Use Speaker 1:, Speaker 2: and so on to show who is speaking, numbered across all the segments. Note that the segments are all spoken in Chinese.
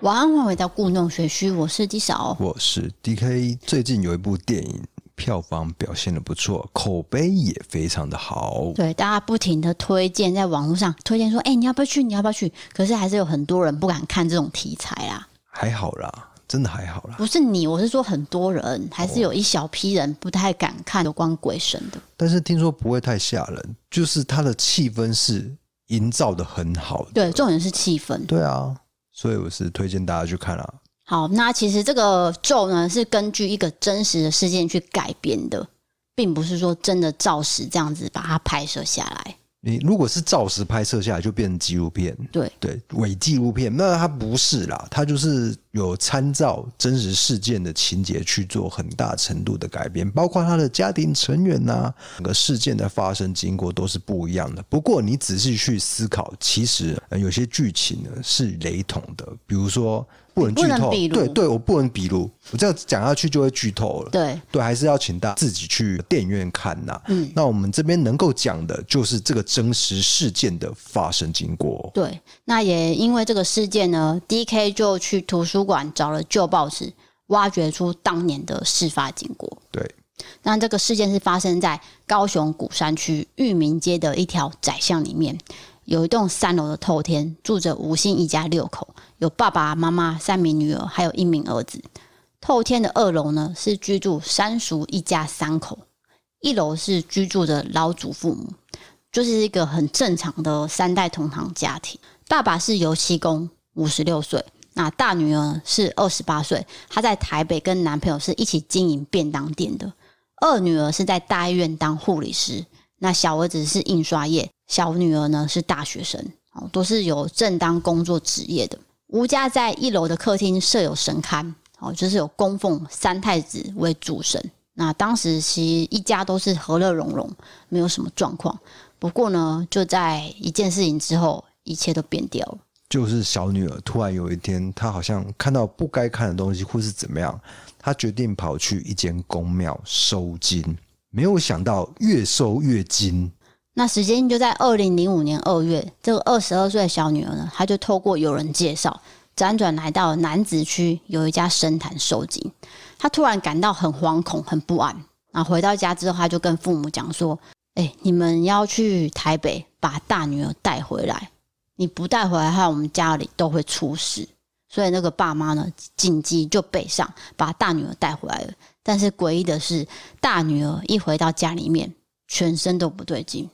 Speaker 1: 晚安，晚回到故弄玄虚，我是纪哦晓。
Speaker 2: 我是 DK。最近有一部电影票房表现的不错，口碑也非常的好。
Speaker 1: 对，大家不停的推荐，在网络上推荐说，哎、你要不要去？你要不要去？可是还是有很多人不敢看这种题材啦。
Speaker 2: 还好啦，真的还好啦。
Speaker 1: 不是你，我是说很多人，还是有一小批人不太敢看有关鬼神的。
Speaker 2: 但是听说不会太吓人，就是它的气氛是营造的很好的。
Speaker 1: 对，重点是气氛。
Speaker 2: 对啊，所以我是推荐大家去看啊。
Speaker 1: 好，那其实这个咒呢是根据一个真实的事件去改编的，并不是说真的照实这样子把它拍摄下来。
Speaker 2: 你如果是照实拍摄下来，就变成纪录片，
Speaker 1: 对
Speaker 2: 对，伪纪录片。那它不是啦，它就是有参照真实事件的情节去做很大程度的改变，包括他的家庭成员呐、整个事件的发生经过都是不一样的。不过你仔细去思考，其实、呃有些剧情呢是雷同的，比如说不能
Speaker 1: 不
Speaker 2: 剧
Speaker 1: 能
Speaker 2: 透，
Speaker 1: 比如
Speaker 2: 对对，我不能比如，我这样讲下去就会剧透了。
Speaker 1: 对，
Speaker 2: 对，还是要请大家自己去电影院看呐、嗯，那我们这边能够讲的就是这个真实事件的发生经过。
Speaker 1: 对，那也因为这个事件呢，D.K. 就去图书馆找了旧报纸，挖掘出当年的事发经过。
Speaker 2: 对，
Speaker 1: 那这个事件是发生在高雄古山区裕民街的一条窄巷里面，有一栋三楼的透天，住着吴姓一家六口，有爸爸妈妈、三名女儿，还有一名儿子。透天的二楼呢是居住三叔一家三口，一楼是居住着老祖父母，就是一个很正常的三代同堂家庭。爸爸是油漆工，五十六岁。那大女儿是二十八岁，她在台北跟男朋友是一起经营便当店的。二女儿是在大医院当护理师，那小儿子是印刷业，小女儿呢是大学生，哦，都是有正当工作职业的。吴家在一楼的客厅设有神龛，哦，就是有供奉三太子为主神。那当时其实一家都是和乐融融，没有什么状况。不过呢，就在一件事情之后，一切都变掉了。
Speaker 2: 就是小女儿突然有一天，她好像看到不该看的东西，或是怎么样，她决定跑去一间公庙收金，没有想到越收越精。
Speaker 1: 那时间就在二零零五年二月，这个二十二岁的小女儿呢，她就透过友人介绍，辗转来到南子区有一家深潭收金。她突然感到很惶恐、很不安。那回到家之后，她就跟父母讲说：“哎、你们要去台北把大女儿带回来，你不带回来的话，我们家里都会出事。”所以那个爸妈呢，紧急就北上把大女儿带回来了。但是诡异的是，大女儿一回到家里面，全身都不对劲。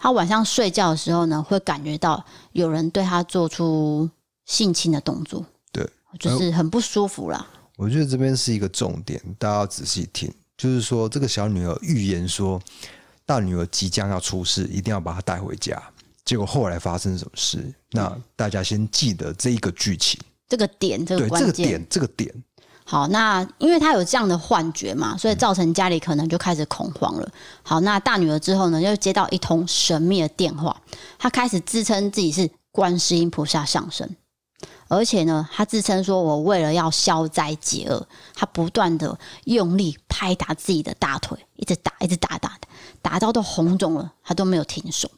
Speaker 1: 她晚上睡觉的时候呢，会感觉到有人对她做出性侵的动作，
Speaker 2: 对，
Speaker 1: 就是很不舒服啦。
Speaker 2: 我觉得这边是一个重点，大家要仔细听。就是说，这个小女儿预言说，大女儿即将要出事，一定要把她带回家。结果后来发生什么事？那大家先记得这一个剧情，
Speaker 1: 这个点，这个
Speaker 2: 对这
Speaker 1: 关
Speaker 2: 个
Speaker 1: 键。
Speaker 2: 点，这个点，
Speaker 1: 好，那因为她有这样的幻觉嘛，所以造成家里可能就开始恐慌了。好，那大女儿之后呢，又接到一通神秘的电话，她开始自称自己是观世音菩萨上身，而且呢，她自称说我为了要消灾解厄，她不断的用力拍打自己的大腿，一直打，一直打，打打到都红肿了，她都没有停手。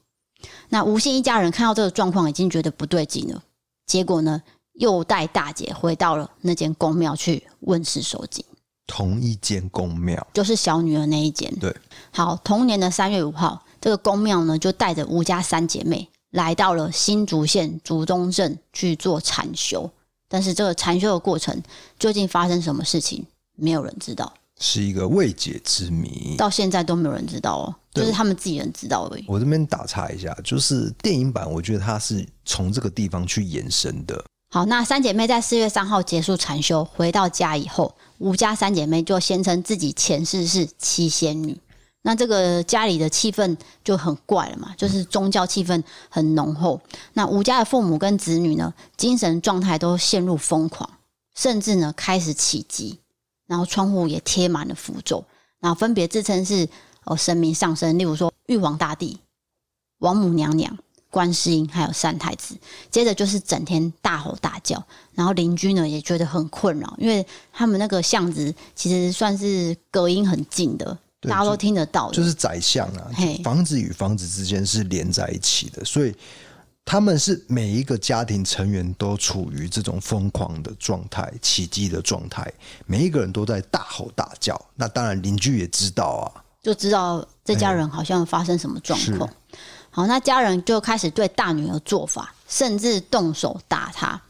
Speaker 1: 那吴姓一家人看到这个状况，已经觉得不对劲了。结果呢，又带大姐回到了那间公庙去问世收金，
Speaker 2: 同一间公庙，
Speaker 1: 就是小女儿那一间。
Speaker 2: 对，
Speaker 1: 好，同年的三月五号，这个公庙呢就带着吴家三姐妹来到了新竹县竹东镇去做禅修。但是这个禅修的过程究竟发生什么事情，没有人知道，
Speaker 2: 是一个未解之谜。
Speaker 1: 到现在都没有人知道哦，
Speaker 2: 嗯对
Speaker 1: 就是他们自己人知道而已。
Speaker 2: 我这边打岔一下，就是电影版，我觉得它是从这个地方去延伸的。
Speaker 1: 好，那三姐妹在四月三号结束禅修，回到家以后，吴家三姐妹就宣称自己前世是七仙女。那这个家里的气氛就很怪了嘛，就是宗教气氛很浓厚。那吴家的父母跟子女呢，精神状态都陷入疯狂，甚至呢开始起鸡，然后窗户也贴满了符咒，然后分别自称是哦神明上身，例如说玉皇大帝、王母娘娘、观世音，还有三太子。接着就是整天大吼大叫，然后邻居呢也觉得很困扰，因为他们那个巷子其实算是隔音很近的，
Speaker 2: 对
Speaker 1: 大家都听得到的
Speaker 2: 就是宰相啊
Speaker 1: 嘿，
Speaker 2: 房子与房子之间是连在一起的，所以他们是每一个家庭成员都处于这种疯狂的状态、起鸡的状态，每一个人都在大吼大叫。那当然，邻居也知道啊，
Speaker 1: 就知道这家人好像发生什么状况。好，那家人就开始对大女儿做法，甚至动手打她。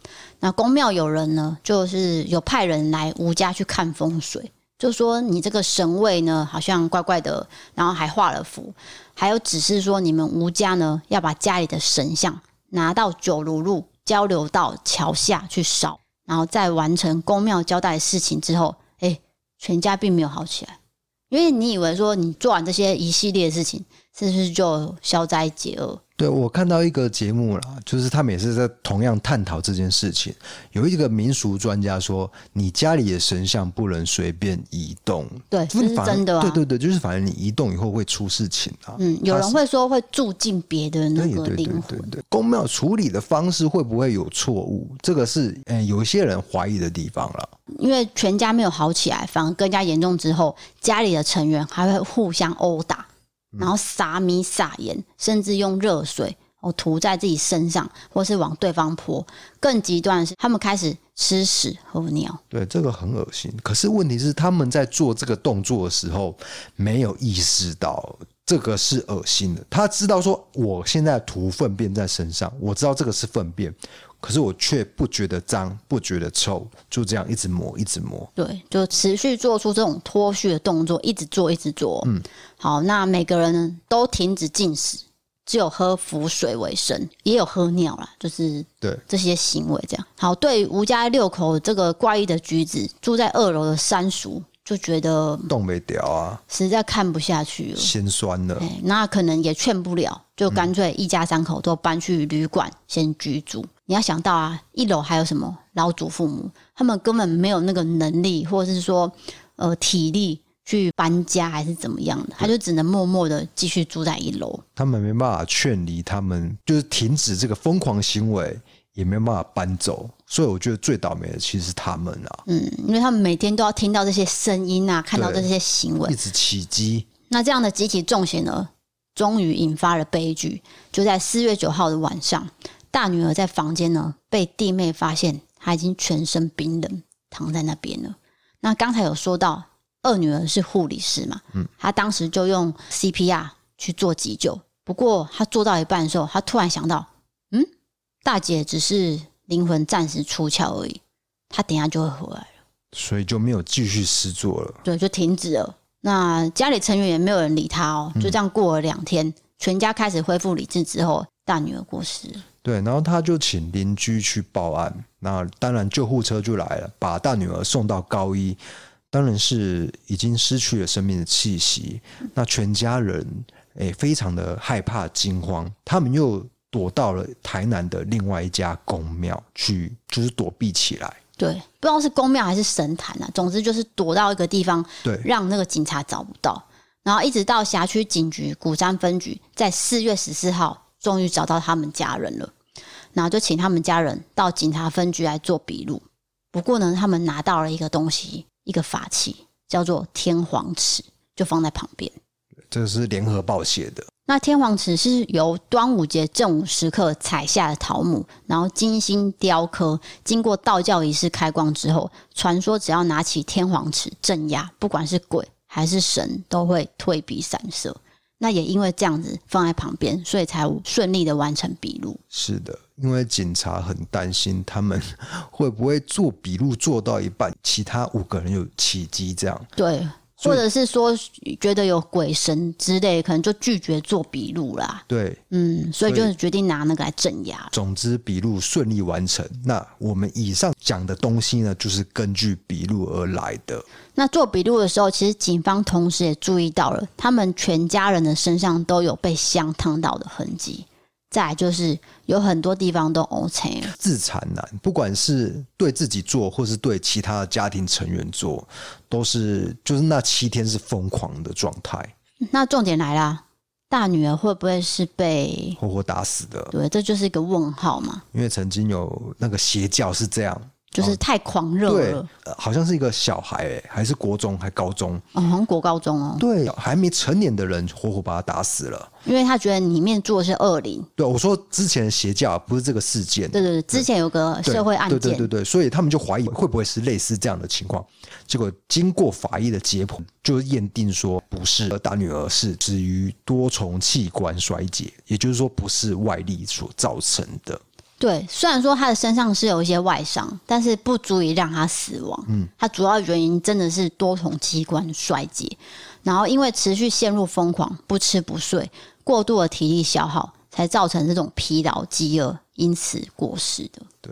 Speaker 1: 那公庙有人呢，就是有派人来吴家去看风水，就说你这个神位呢好像怪怪的，然后还画了符，还有指示说你们吴家呢要把家里的神像拿到九如路交流道桥下去烧，然后在完成公庙交代的事情之后，哎，全家并没有好起来。因为你以为说你做完这些一系列的事情，是不是就消灾解厄？
Speaker 2: 对我看到一个节目啦，就是他们也是在同样探讨这件事情。有一个民俗专家说，你家里的神像不能随便移动，
Speaker 1: 对，这是
Speaker 2: 反而
Speaker 1: 真的啊。
Speaker 2: 对对对，就是反正你移动以后会出事情啊。
Speaker 1: 嗯，有人会说会住进别的那
Speaker 2: 对
Speaker 1: 个
Speaker 2: 对对
Speaker 1: 灵
Speaker 2: 对
Speaker 1: 魂，
Speaker 2: 对，公庙处理的方式会不会有错误？这个是嗯、呃有一些人怀疑的地方了。
Speaker 1: 因为全家没有好起来，反而更加严重之后，家里的成员还会互相殴打，
Speaker 2: 嗯
Speaker 1: 然后撒米撒盐，甚至用热水哦涂在自己身上，或是往对方泼。更极端的是，他们开始吃屎喝尿。
Speaker 2: 对，这个很恶心。可是问题是，他们在做这个动作的时候，没有意识到这个是恶心的。他知道说，我现在涂粪便在身上，我知道这个是粪便，可是我却不觉得脏，不觉得臭，就这样一直抹，一直抹。
Speaker 1: 对，就持续做出这种脱序的动作，一直做，一直做。嗯，好，那每个人呢都停止进食，只有喝符水为生，也有喝尿啦，就是
Speaker 2: 对，
Speaker 1: 这些行为这样。好，对于吴家六口这个怪异的举止，住在二楼的三叔就觉得
Speaker 2: 动没掉啊，
Speaker 1: 实在看不下去了。
Speaker 2: 心酸了。
Speaker 1: 哎，那可能也劝不了，就干脆一家三口都搬去旅馆先居住。你要想到啊，一楼还有什么老祖父母，他们根本没有那个能力，或者是说呃体力去搬家还是怎么样的，他就只能默默的继续住在一楼。
Speaker 2: 他们没办法劝离他们，就是停止这个疯狂行为，也没有办法搬走。所以我觉得最倒霉的其实是他们啊，
Speaker 1: 嗯，因为他们每天都要听到这些声音啊，看到
Speaker 2: 对
Speaker 1: 这些行为
Speaker 2: 一，直起鸡。
Speaker 1: 那这样的集体中邪呢，终于引发了悲剧。就在四月九号的晚上，大女儿在房间呢被弟妹发现，她已经全身冰冷，躺在那边了。那刚才有说到二女儿是护理师嘛，嗯，她当时就用 CPR 去做急救，不过她做到一半的时候，她突然想到，嗯，大姐只是灵魂暂时出窍而已，她等一下就会回来。
Speaker 2: 所以就没有继续施作了。
Speaker 1: 对，就停止了。那家里成员也没有人理他哦，就这样过了两天，全家开始恢复理智之后，大女儿过世了。
Speaker 2: 对，然后他就请邻居去报案，那当然救护车就来了，把大女儿送到高一，当然是已经失去了生命的气息。那全家人诶、非常的害怕惊慌，他们又躲到了台南的另外一家公庙去，就是躲避起来。
Speaker 1: 对，不知道是公庙还是神坛啊，总之就是躲到一个地方，
Speaker 2: 对，
Speaker 1: 让那个警察找不到。然后一直到辖区警局鼓山分局，在四月十四号终于找到他们家人了，然后就请他们家人到警察分局来做笔录。不过呢，他们拿到了一个东西，一个法器，叫做天皇尺，就放在旁边。
Speaker 2: 这是联合报写的。
Speaker 1: 那天皇尺是由端午节正午时刻采下的桃木，然后精心雕刻，经过道教仪式开光之后，传说只要拿起天皇尺镇压，不管是鬼还是神，都会退避三舍。那也因为这样子放在旁边，所以才顺利的完成笔录。
Speaker 2: 是的，因为警察很担心他们会不会做笔录做到一半，其他五个人有起机这样。
Speaker 1: 对，
Speaker 2: 所
Speaker 1: 或
Speaker 2: 以
Speaker 1: 者是说觉得有鬼神之类，可能就拒绝做笔录啦。
Speaker 2: 对，
Speaker 1: 嗯，所以
Speaker 2: 所以
Speaker 1: 就是决定拿那个来镇压。
Speaker 2: 总之笔录顺利完成。那我们以上讲的东西呢，就是根据笔录而呃来的。
Speaker 1: 那做笔录的时候，其实警方同时也注意到了，他们全家人的身上都有被香烫到的痕迹。再来就是有很多地方都 OK 了，
Speaker 2: 自残男、不管是对自己做，或是对其他家庭成员做，都是就是那七天是疯狂的状态，
Speaker 1: 那重点来啦，大女儿会不会是被？
Speaker 2: 活活打死的。
Speaker 1: 对，这就是一个问号嘛。
Speaker 2: 因为曾经有那个邪教是这样，
Speaker 1: 就是太狂热
Speaker 2: 对
Speaker 1: 了，，
Speaker 2: 呃好像是一个小孩、欸，还是国中还高中，
Speaker 1: 哦，好像国高中哦，
Speaker 2: 对，还没成年的人活活把他打死了。
Speaker 1: 因为他觉得里面住的是恶灵，
Speaker 2: 对，我说之前的邪教不是这个事件，
Speaker 1: 对对对，之前有个
Speaker 2: 对
Speaker 1: 社会案
Speaker 2: 对
Speaker 1: 件，
Speaker 2: 对对对，所以他们就怀疑会不会是类似这样的情况。结果经过法医的解剖，就验定说不是大女儿是至于多重器官衰竭，也就是说不是外力所造成的。
Speaker 1: 对虽然说他的身上是有一些外伤，但是不足以让他死亡，嗯，他主要原因真的是多重器官衰竭，然后因为持续陷入疯狂、不吃不睡、过度的体力消耗，才造成这种疲劳、饥饿，因此过世的。
Speaker 2: 对，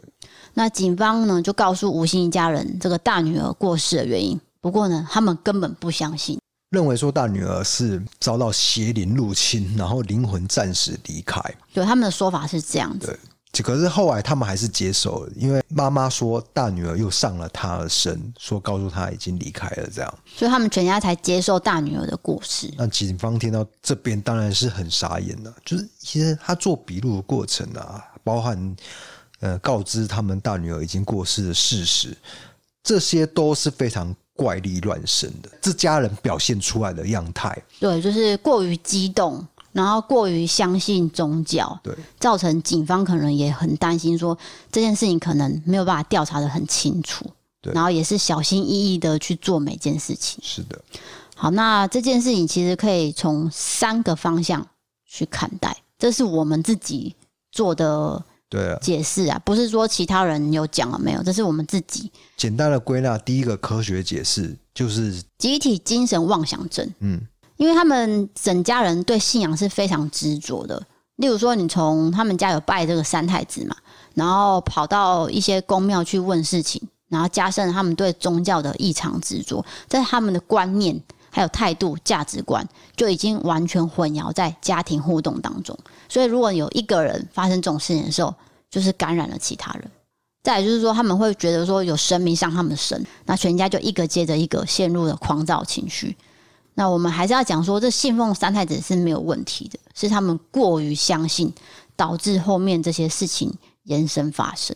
Speaker 1: 那警方呢就告诉吴昕一家人这个大女儿过世的原因，不过呢，他们根本不相信。
Speaker 2: 认为说大女儿是遭到邪灵入侵，然后灵魂暂时离开。
Speaker 1: 对，他们的说法是这样子，
Speaker 2: 只可是后来他们还是接受了，因为妈妈说大女儿又上了她的身，说告诉她已经离开了这样。
Speaker 1: 所以他们全家才接受大女儿的过世。
Speaker 2: 那警方听到这边当然是很傻眼了、就是其实他做笔录的过程啊，包含呃告知他们大女儿已经过世的事实，这些都是非常怪力乱神的，这家人表现出来的样态。
Speaker 1: 对，就是过于激动，然后过于相信宗教，
Speaker 2: 对，
Speaker 1: 造成警方可能也很担心说，这件事情可能没有办法调查的很清楚，
Speaker 2: 对
Speaker 1: 然后也是小心翼翼的去做每件事情。
Speaker 2: 是的，
Speaker 1: 好，那这件事情其实可以从三个方向去看待，这是我们自己做的
Speaker 2: 对啊。
Speaker 1: 解释啊，不是说其他人有讲了没有，这是我们自己
Speaker 2: 简单的归纳，第一个科学解释就是，
Speaker 1: 集体精神妄想症。
Speaker 2: 嗯，
Speaker 1: 因为他们整家人对信仰是非常执着的。例如说，你从他们家有拜这个三太子嘛，然后跑到一些宫庙去问事情，然后加深他们对宗教的异常执着，在他们的观念、还有态度、价值观就已经完全混淆在家庭互动当中。所以，如果有一个人发生这种事情的时候，就是感染了其他人。再来就是说，他们会觉得说有神明上他们的身，那全家就一个接着一个陷入了狂躁情绪，那我们还是要讲说，这信奉三太子是没有问题的，是他们过于相信，导致后面这些事情延伸发生。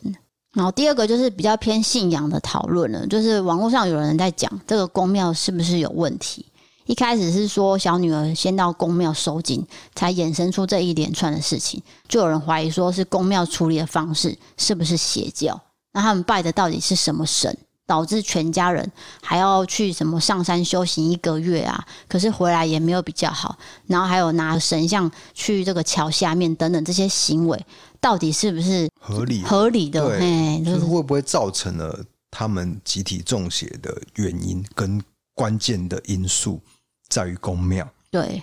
Speaker 1: 然后第二个就是比较偏信仰的讨论了，就是网络上有人在讲这个宫庙是不是有问题。一开始是说小女儿先到宫庙收金，才衍生出这一连串的事情，就有人怀疑说是宫庙处理的方式是不是邪教？那他们拜的到底是什么神，导致全家人还要去什么上山修行一个月啊，可是回来也没有比较好。然后还有拿神像去这个桥下面等等这些行为，到底是不是
Speaker 2: 合理
Speaker 1: 合理的？
Speaker 2: 对
Speaker 1: 嘿，
Speaker 2: 就
Speaker 1: 就是是
Speaker 2: 会不会造成了他们集体中邪的原因跟关键的因素在于公庙。
Speaker 1: 对。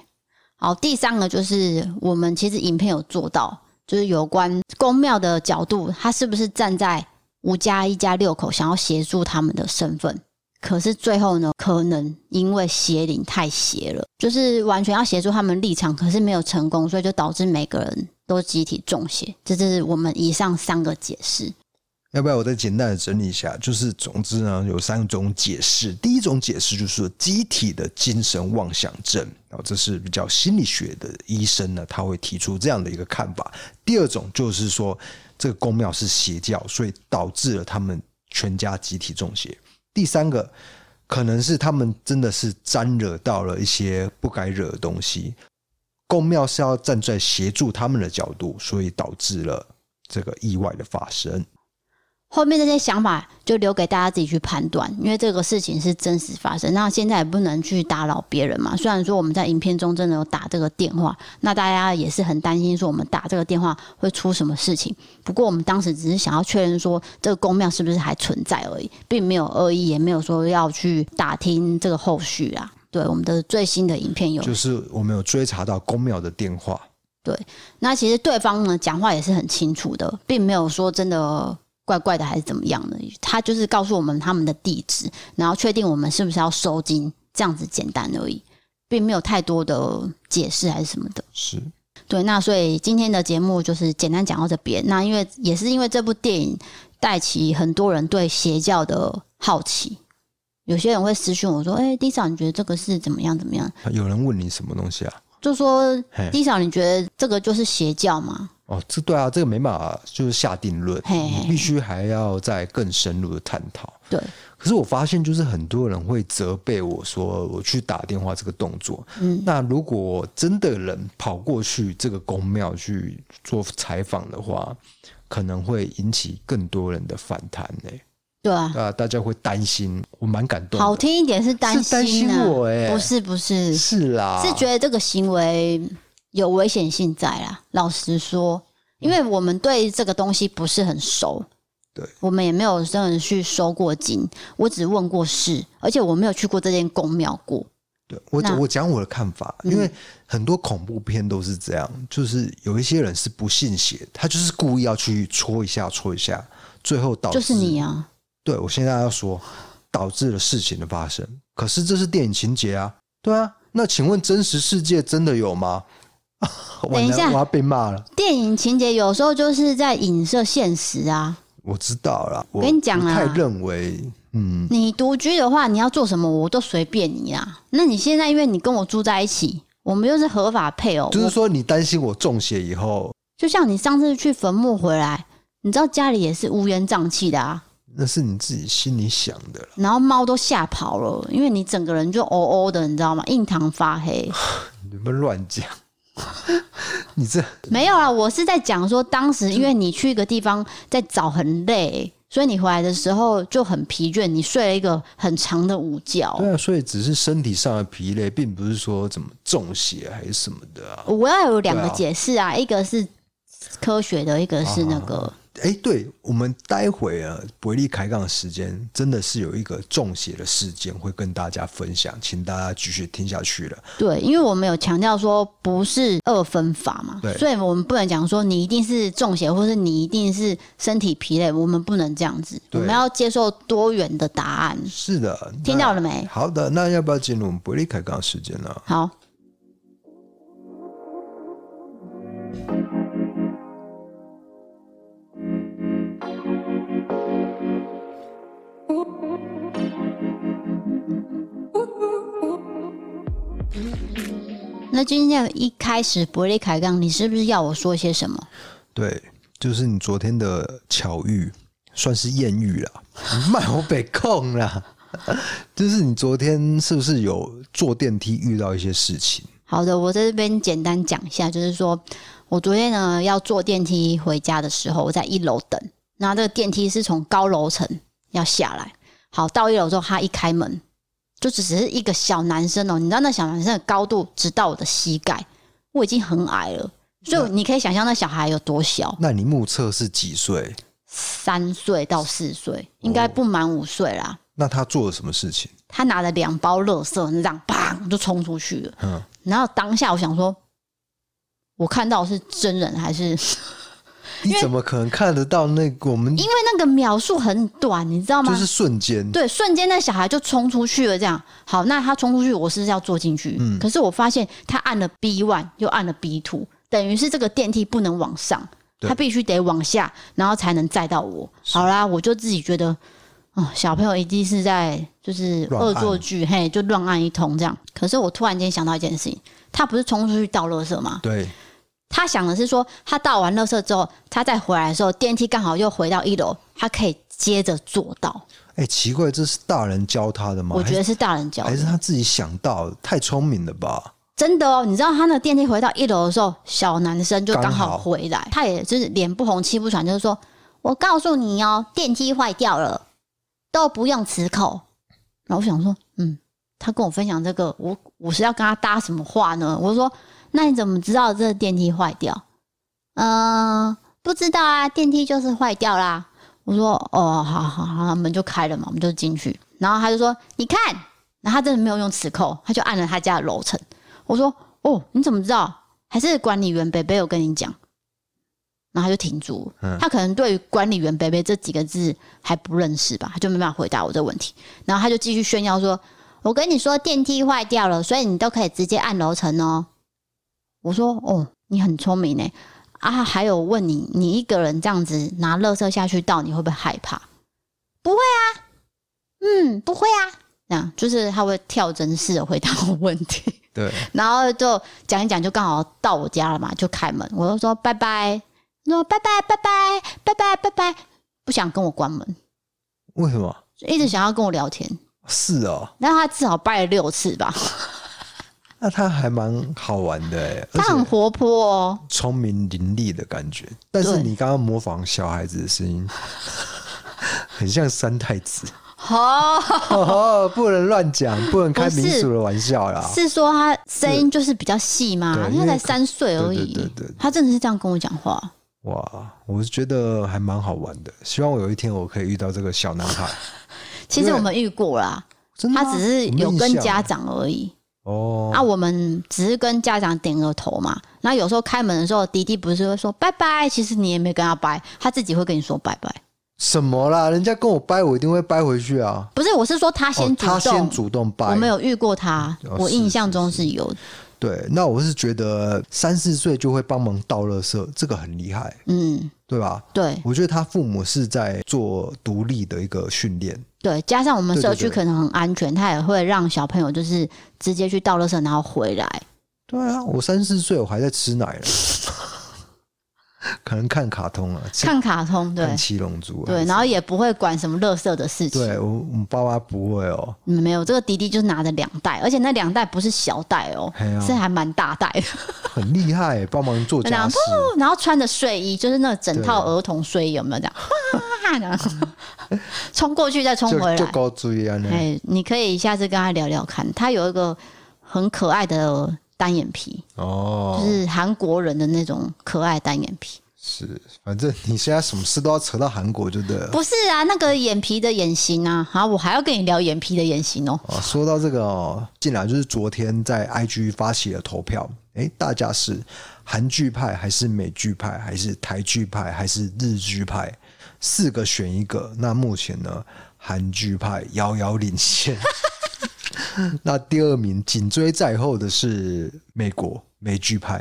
Speaker 1: 好，第三个就是我们其实影片有做到，就是有关公庙的角度，他是不是站在吴家一家六口想要协助他们的身份？可是最后呢，可能因为邪灵太邪了，就是完全要协助他们立场，可是没有成功，所以就导致每个人都集体中邪。这就是我们以上三个解释。
Speaker 2: 要不要我再简单的整理一下？就是总之呢，有三种解释。第一种解释就是集体的精神妄想症，然后这是比较心理学的医生呢，他会提出这样的一个看法。第二种就是说，这个公庙是邪教，所以导致了他们全家集体中邪。第三个可能是他们真的是沾惹到了一些不该惹的东西。公庙是要站在协助他们的角度，所以导致了这个意外的发生。
Speaker 1: 后面这些想法就留给大家自己去判断，因为这个事情是真实发生。那现在也不能去打扰别人嘛。虽然说我们在影片中真的有打这个电话，那大家也是很担心说我们打这个电话会出什么事情。不过我们当时只是想要确认说这个公庙是不是还存在而已，并没有恶意，也没有说要去打听这个后续啊。对，我们的最新的影片有
Speaker 2: 就是我们有追查到公庙的电话，
Speaker 1: 那其实对方呢讲话也是很清楚的，并没有说真的怪怪的还是怎么样的，他就是告诉我们他们的地址，然后确定我们是不是要收金，这样子简单而已，并没有太多的解释还是什么的。
Speaker 2: 是
Speaker 1: 对，那所以今天的节目就是简单讲到这边。那因为也是因为这部电影带起很多人对邪教的好奇，有些人会私讯我说：“哎、d i s a 你觉得这个是怎么样怎么样
Speaker 2: 有人问你什么东西啊？？”
Speaker 1: 就说
Speaker 2: 嘿，
Speaker 1: d i s a 你觉得这个就是邪教吗？
Speaker 2: 哦，这对啊，这个没办法就是下定论，
Speaker 1: 嘿嘿
Speaker 2: 你必须还要再更深入的探讨。
Speaker 1: 对，
Speaker 2: 可是我发现，就是很多人会责备我说我去打电话这个动作。嗯，那如果真的人跑过去这个公庙去做采访的话，可能会引起更多人的反弹呢、
Speaker 1: 对啊。
Speaker 2: 那大家会担心，我蛮感动的。
Speaker 1: 好听一点是担
Speaker 2: 是担
Speaker 1: 心啊，
Speaker 2: 心我欸
Speaker 1: 不是不是，
Speaker 2: 是啊啦，
Speaker 1: 是觉得这个行为有危险性在啦。老实说，因为我们对这个东西不是很熟，
Speaker 2: 对，
Speaker 1: 我们也没有真的去收过金，我只问过事，而且我没有去过这间公庙过。
Speaker 2: 对我
Speaker 1: 那嗯
Speaker 2: 我讲我的看法，因为很多恐怖片都是这样，就是有一些人是不信邪，他就是故意要去戳一下戳一下，最后导致
Speaker 1: 就是你啊，
Speaker 2: 对我现在要说，导致了事情的发生。可是这是电影情节啊，对啊。那请问真实世界真的有吗？
Speaker 1: 等一
Speaker 2: 完了
Speaker 1: 下
Speaker 2: 我要被骂了。
Speaker 1: 电影情节有时候就是在影射现实啊。
Speaker 2: 我知道了，我
Speaker 1: 跟你讲
Speaker 2: 不
Speaker 1: 啊
Speaker 2: 太认为，嗯，
Speaker 1: 你独居的话，你要做什么我都随便你啦。那你现在因为你跟我住在一起，我们又是合法配偶，
Speaker 2: 就是
Speaker 1: 我
Speaker 2: 说你担心我中邪以后，
Speaker 1: 就像你上次去坟墓回来，你知道家里也是乌烟瘴气的啊，
Speaker 2: 那是你自己心里想的了。
Speaker 1: 然后猫都吓跑了，因为你整个人就哦哦的，你知道吗？印堂发 黑。
Speaker 2: 你不要乱讲， 你这
Speaker 1: 没有啦，我是在讲说，当时因为你去一个地方在找很累，所以你回来的时候就很疲倦，你睡了一个很长的午觉。
Speaker 2: 对啊，所以只是身体上的疲累，并不是说怎么中邪还是什么的啊。
Speaker 1: 我要有两个
Speaker 2: 对啊
Speaker 1: 解释啊，一个是科学的，一个是那个。
Speaker 2: 哎，对我们待会啊，伯利开杠的时间真的是有一个中邪的事件会跟大家分享，请大家继续听下去了。
Speaker 1: 对，因为我们有强调说不是二分法嘛
Speaker 2: 对，
Speaker 1: 所以我们不能讲说你一定是中邪，或是你一定是身体疲累，我们不能这样子，我
Speaker 2: 对
Speaker 1: 们要接受多元的答案。
Speaker 2: 是的，
Speaker 1: 听到
Speaker 2: 了。
Speaker 1: 了没？
Speaker 2: 好的，那要不要进入我们伯利开杠的时间呢？
Speaker 1: 好，那今天一开始伯利凯杠，你是不是要我说些什么？
Speaker 2: 对，就是你昨天的巧遇，算是艳遇啦，你骂我北控啦。 就是你昨天是不是有坐电梯遇到一些事情？
Speaker 1: 好的，我在这边简单讲一下，就是说我昨天呢要坐电梯回家的时候，我在一楼等，那这个电梯是从高楼层要下来，好到一楼之后，他一开门，就只是一个小男生哦、你知道那小男生的高度只到我的膝盖，我已经很矮了，所以你可以想象那小孩有多小，
Speaker 2: 那你目测是几岁？
Speaker 1: 三岁到四岁，应该不满五岁啦。
Speaker 2: 那他做了什么事情？
Speaker 1: 他拿了两包垃圾，那这样砰就冲出去了。
Speaker 2: 嗯，
Speaker 1: 然后当下我想说，我看到的是真人还是？
Speaker 2: 你怎么可能看得到那个我们
Speaker 1: 因为那个秒数很短，你知道吗？
Speaker 2: 就是瞬间，
Speaker 1: 对，瞬间那小孩就冲出去了。这样好，那他冲出去，我是要坐进去。
Speaker 2: 嗯
Speaker 1: 可是我发现他按了 B one 又按了 B two，等于是这个电梯不能往上，
Speaker 2: 对
Speaker 1: 他必须得往下，然后才能载到我。好啦，我就自己觉得。哦，小朋友一定是在就是
Speaker 2: 乱
Speaker 1: 恶
Speaker 2: 按
Speaker 1: 作剧，嘿，就乱按一通这样。可是我突然间想到一件事情，他不是冲出去倒垃圾吗？
Speaker 2: 对
Speaker 1: 他想的是说，他倒完垃圾之后，他再回来的时候，电梯刚好又回到一楼，他可以接着做到。
Speaker 2: 哎、奇怪，这是大人教他的吗？
Speaker 1: 我觉得
Speaker 2: 还
Speaker 1: 是大人教
Speaker 2: 是还是
Speaker 1: 的，
Speaker 2: 他自己想到，太聪明了吧？
Speaker 1: 真的哦。你知道他那个电梯回到一楼的时候，小男生就刚
Speaker 2: 刚
Speaker 1: 好
Speaker 2: 好
Speaker 1: 回来，他也就是脸不红气不喘，就是说：“我告诉你哦，电梯坏掉了，都不用磁扣。”然后我想说，嗯，他跟我分享这个，我我是要跟他搭什么话呢？我说：“那你怎么知道这个电梯坏掉？”嗯，不知道啊，电梯就是坏掉啦。我说哦，好好好，门就开了嘛，我们就进去。然后他就说，你看，然后他真的没有用磁扣，他就按了他家的楼层。我说哦，你怎么知道？还是管理员北北有跟你讲？然后他就停住了，
Speaker 2: 嗯
Speaker 1: 他可能对于管理员北北这几个字还不认识吧，他就没办法回答我这个问题。然后他就继续炫耀说：“我跟你说，电梯坏掉了，所以你都可以直接按楼层哦。”我说：“哦，你很聪明呢。”啊，还有问你，你一个人这样子拿垃圾下去倒，你会不会害怕？不会啊，嗯，不会啊，这样就是他会跳针式的回答我问题，
Speaker 2: 对，
Speaker 1: 然后就讲一讲，就刚好到我家了嘛，就开门，我就说拜拜，那拜拜拜拜拜拜拜拜，不想跟我关门，
Speaker 2: 为什么？
Speaker 1: 就一直想要跟我聊天。
Speaker 2: 是哦，
Speaker 1: 那他至少拜了六次吧，
Speaker 2: 那他还蛮好玩的欸，而
Speaker 1: 他很
Speaker 2: 且
Speaker 1: 活泼哦。
Speaker 2: 聪明伶俐的感觉。但是
Speaker 1: 对
Speaker 2: 你刚刚模仿小孩子的声音， 很像三太子。
Speaker 1: 好、
Speaker 2: 哦，不能乱讲，不能
Speaker 1: 不
Speaker 2: 开
Speaker 1: 是
Speaker 2: 民俗的玩笑啦。
Speaker 1: 是说他声音就是比较细吗？
Speaker 2: 对
Speaker 1: 因为
Speaker 2: 因
Speaker 1: 才
Speaker 2: 为
Speaker 1: 三岁而已，
Speaker 2: 对对对对
Speaker 1: 他真的是这样跟我讲话。
Speaker 2: 哇，我是觉得还蛮好玩的，希望有一天我可以遇到这个小男孩。
Speaker 1: 其实
Speaker 2: 对
Speaker 1: 我们遇过啦，
Speaker 2: 真的
Speaker 1: 他
Speaker 2: 吗，
Speaker 1: 只是
Speaker 2: 我没
Speaker 1: 有
Speaker 2: 印
Speaker 1: 跟
Speaker 2: 象
Speaker 1: 家长而已。
Speaker 2: 哦，
Speaker 1: 啊，我们只是跟家长点个头嘛。然后有时候开门的时候，迪迪不是会说拜拜，其实你也没跟他拜，他自己会跟你说拜拜。
Speaker 2: 什么啦？人家跟我掰，我一定会掰回去啊。
Speaker 1: 不是，我是说他先
Speaker 2: 哦，
Speaker 1: 主动，
Speaker 2: 他先主动掰，
Speaker 1: 我没有遇过他，
Speaker 2: 哦
Speaker 1: 我
Speaker 2: 是
Speaker 1: 印象中
Speaker 2: 是是
Speaker 1: 是有的。
Speaker 2: 对，那我是觉得三四岁就会帮忙倒垃圾，这个很厉害，
Speaker 1: 嗯，
Speaker 2: 对吧？
Speaker 1: 对
Speaker 2: 我觉得他父母是在做独立的一个训练，
Speaker 1: 对，加上我们
Speaker 2: 对对
Speaker 1: 社区
Speaker 2: 对
Speaker 1: 可能很安全，他也会让小朋友就是直接去倒垃圾，然后回来。
Speaker 2: 对啊，我三四岁我还在吃奶呢， 可能看卡通啊，吃
Speaker 1: 看卡通，对
Speaker 2: 看七龙珠啊，
Speaker 1: 对，然后也不会管什么垃圾的事情。
Speaker 2: 对我我们爸妈不会哦，
Speaker 1: 嗯，没有，这个迪迪就是拿着两袋，而且那两袋不是小袋哦、
Speaker 2: 嘿啊
Speaker 1: 是还蛮大袋的。
Speaker 2: 很厉害，帮忙做
Speaker 1: 然
Speaker 2: 家
Speaker 1: 后
Speaker 2: 事，
Speaker 1: 哦然后穿着睡衣，就是那整套
Speaker 2: 对
Speaker 1: 儿童睡衣，有没有这样？哇，然后冲过去再冲回
Speaker 2: 就就
Speaker 1: 来。
Speaker 2: 高追啊，那
Speaker 1: 哎，你可以下次跟他聊聊看，他有一个很可爱的单眼皮，就
Speaker 2: 哦，
Speaker 1: 是韩国人的那种可爱单眼皮。
Speaker 2: 是，反正你现在什么事都要扯到韩国，就对了。
Speaker 1: 不是啊，那个眼皮的眼型啊，好，我还要跟你聊眼皮的眼型哦。
Speaker 2: 啊，说到这个哦，竟然就是昨天在 IG 发起了投票，诶，大家是韩剧派还是美剧派，还是台剧派，还是日剧派？四个选一个。那目前呢，韩剧派遥遥 领先。那第二名紧追在后的是美国美剧派，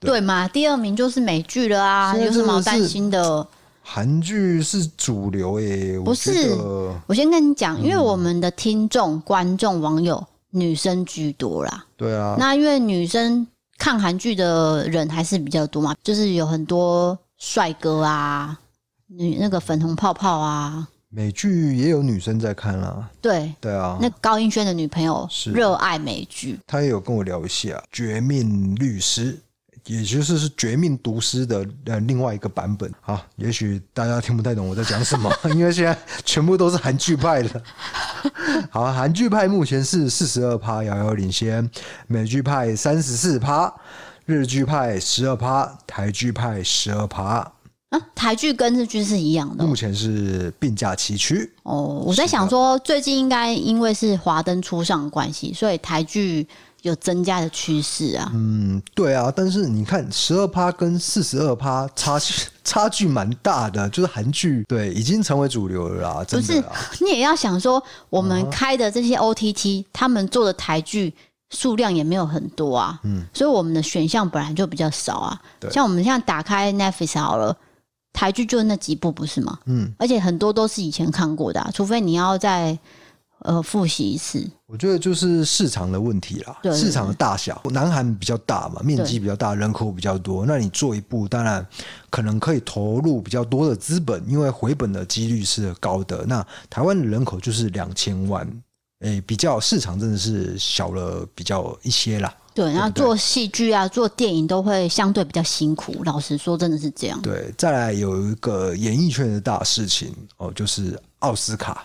Speaker 2: 对
Speaker 1: 对嘛，第二名就是美剧了啊，
Speaker 2: 现在
Speaker 1: 有什么好
Speaker 2: 真的
Speaker 1: 担
Speaker 2: 是
Speaker 1: 心的？
Speaker 2: 韩剧是主流耶、我
Speaker 1: 不
Speaker 2: 觉
Speaker 1: 是
Speaker 2: 得
Speaker 1: 我先跟你讲，
Speaker 2: 嗯
Speaker 1: 因为我们的听众、观众、网友女生居多啦，
Speaker 2: 对啊，
Speaker 1: 那因为女生看韩剧的人还是比较多嘛，就是有很多帅哥啊，女那个粉红泡泡啊，
Speaker 2: 美剧也有女生在看啦、
Speaker 1: 对，
Speaker 2: 对啊，
Speaker 1: 那高英轩的女朋友
Speaker 2: 是
Speaker 1: 热爱美剧，
Speaker 2: 他也有跟我聊一下《绝命律师》，也就是是《绝命毒师》的呃另外一个版本啊。也许大家听不太懂我在讲 什么，因为现在全部都是韩剧派的。好，韩剧派目前是四十二趴，遥遥领先；美剧派三十四趴，日剧派十二趴，台剧派十二趴，
Speaker 1: 啊，台剧跟日剧是一样的哦
Speaker 2: 目前是并驾齐驱。
Speaker 1: 哦。我在想说，最近应该因为是华灯初上的关系，所以台剧有增加的趋势啊。
Speaker 2: 嗯，对啊，但是你看，十二趴跟四十二趴差距 差距蛮大的，就是韩剧对已经成为主流了啦，
Speaker 1: 不
Speaker 2: 真的啊
Speaker 1: 是
Speaker 2: 啦。，
Speaker 1: 你也要想说，我
Speaker 2: 嗯
Speaker 1: 们开的这些 OTT，、他们做的台剧数量也没有很多啊，嗯，所以我们的选项本来就比较少啊。
Speaker 2: 对
Speaker 1: 像我们现在打开 Netflix 好了，台剧就那几部不是吗？
Speaker 2: 嗯，
Speaker 1: 而且很多都是以前看过的、啊，除非你要再呃复习一次。
Speaker 2: 我觉得就是市场的问题啦，
Speaker 1: 对对
Speaker 2: 市场的大小，南韩比较大嘛，面积比较大，人口比较多，那你做一部，当然可能可以投入比较多的资本，因为回本的几率是高的。那台湾的人口就是两千万，诶、比较市场真的是小了比较一些啦。
Speaker 1: 对，然后
Speaker 2: 对对
Speaker 1: 做戏剧啊，做电影都会相对比较辛苦。老实说，真的是这样。
Speaker 2: 对，再来有一个演艺圈的大事情哦，就是奥斯卡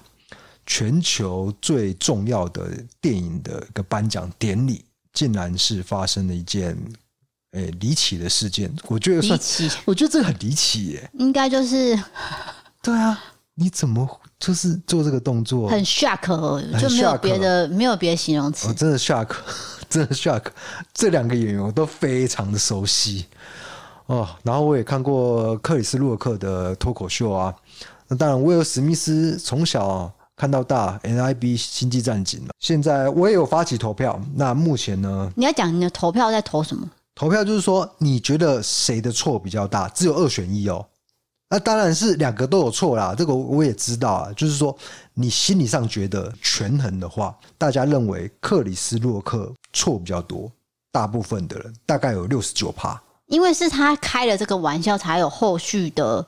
Speaker 2: 全球最重要的电影的一个颁奖典礼，竟然是发生了一件诶离奇的事件。我觉得
Speaker 1: 离
Speaker 2: 算，
Speaker 1: 奇
Speaker 2: 我觉得这个很离奇耶。
Speaker 1: 应该就是
Speaker 2: 对啊，你怎么就是做这个动作？
Speaker 1: 很 shock，
Speaker 2: 很
Speaker 1: 就没有
Speaker 2: shock
Speaker 1: 别的没有别的形容词
Speaker 2: 我。哦真的 shock，真的 shock，这两个演员我都非常的熟悉哦。然后我也看过克里斯洛克的脱口秀啊，那当然威尔史密斯从小看到大，NIB 星际战警了。啊现在我也有发起投票，那目前呢，
Speaker 1: 你要讲你的投票在投什么？
Speaker 2: 投票就是说你觉得谁的错比较大，只有二选一哦。那当然是两个都有错啦，这个我也知道啊。就是说，你心理上觉得权衡的话，大家认为克里斯洛克错比较多，大部分的人大概有六十九趴，
Speaker 1: 因为是他开了这个玩笑，才有后续的。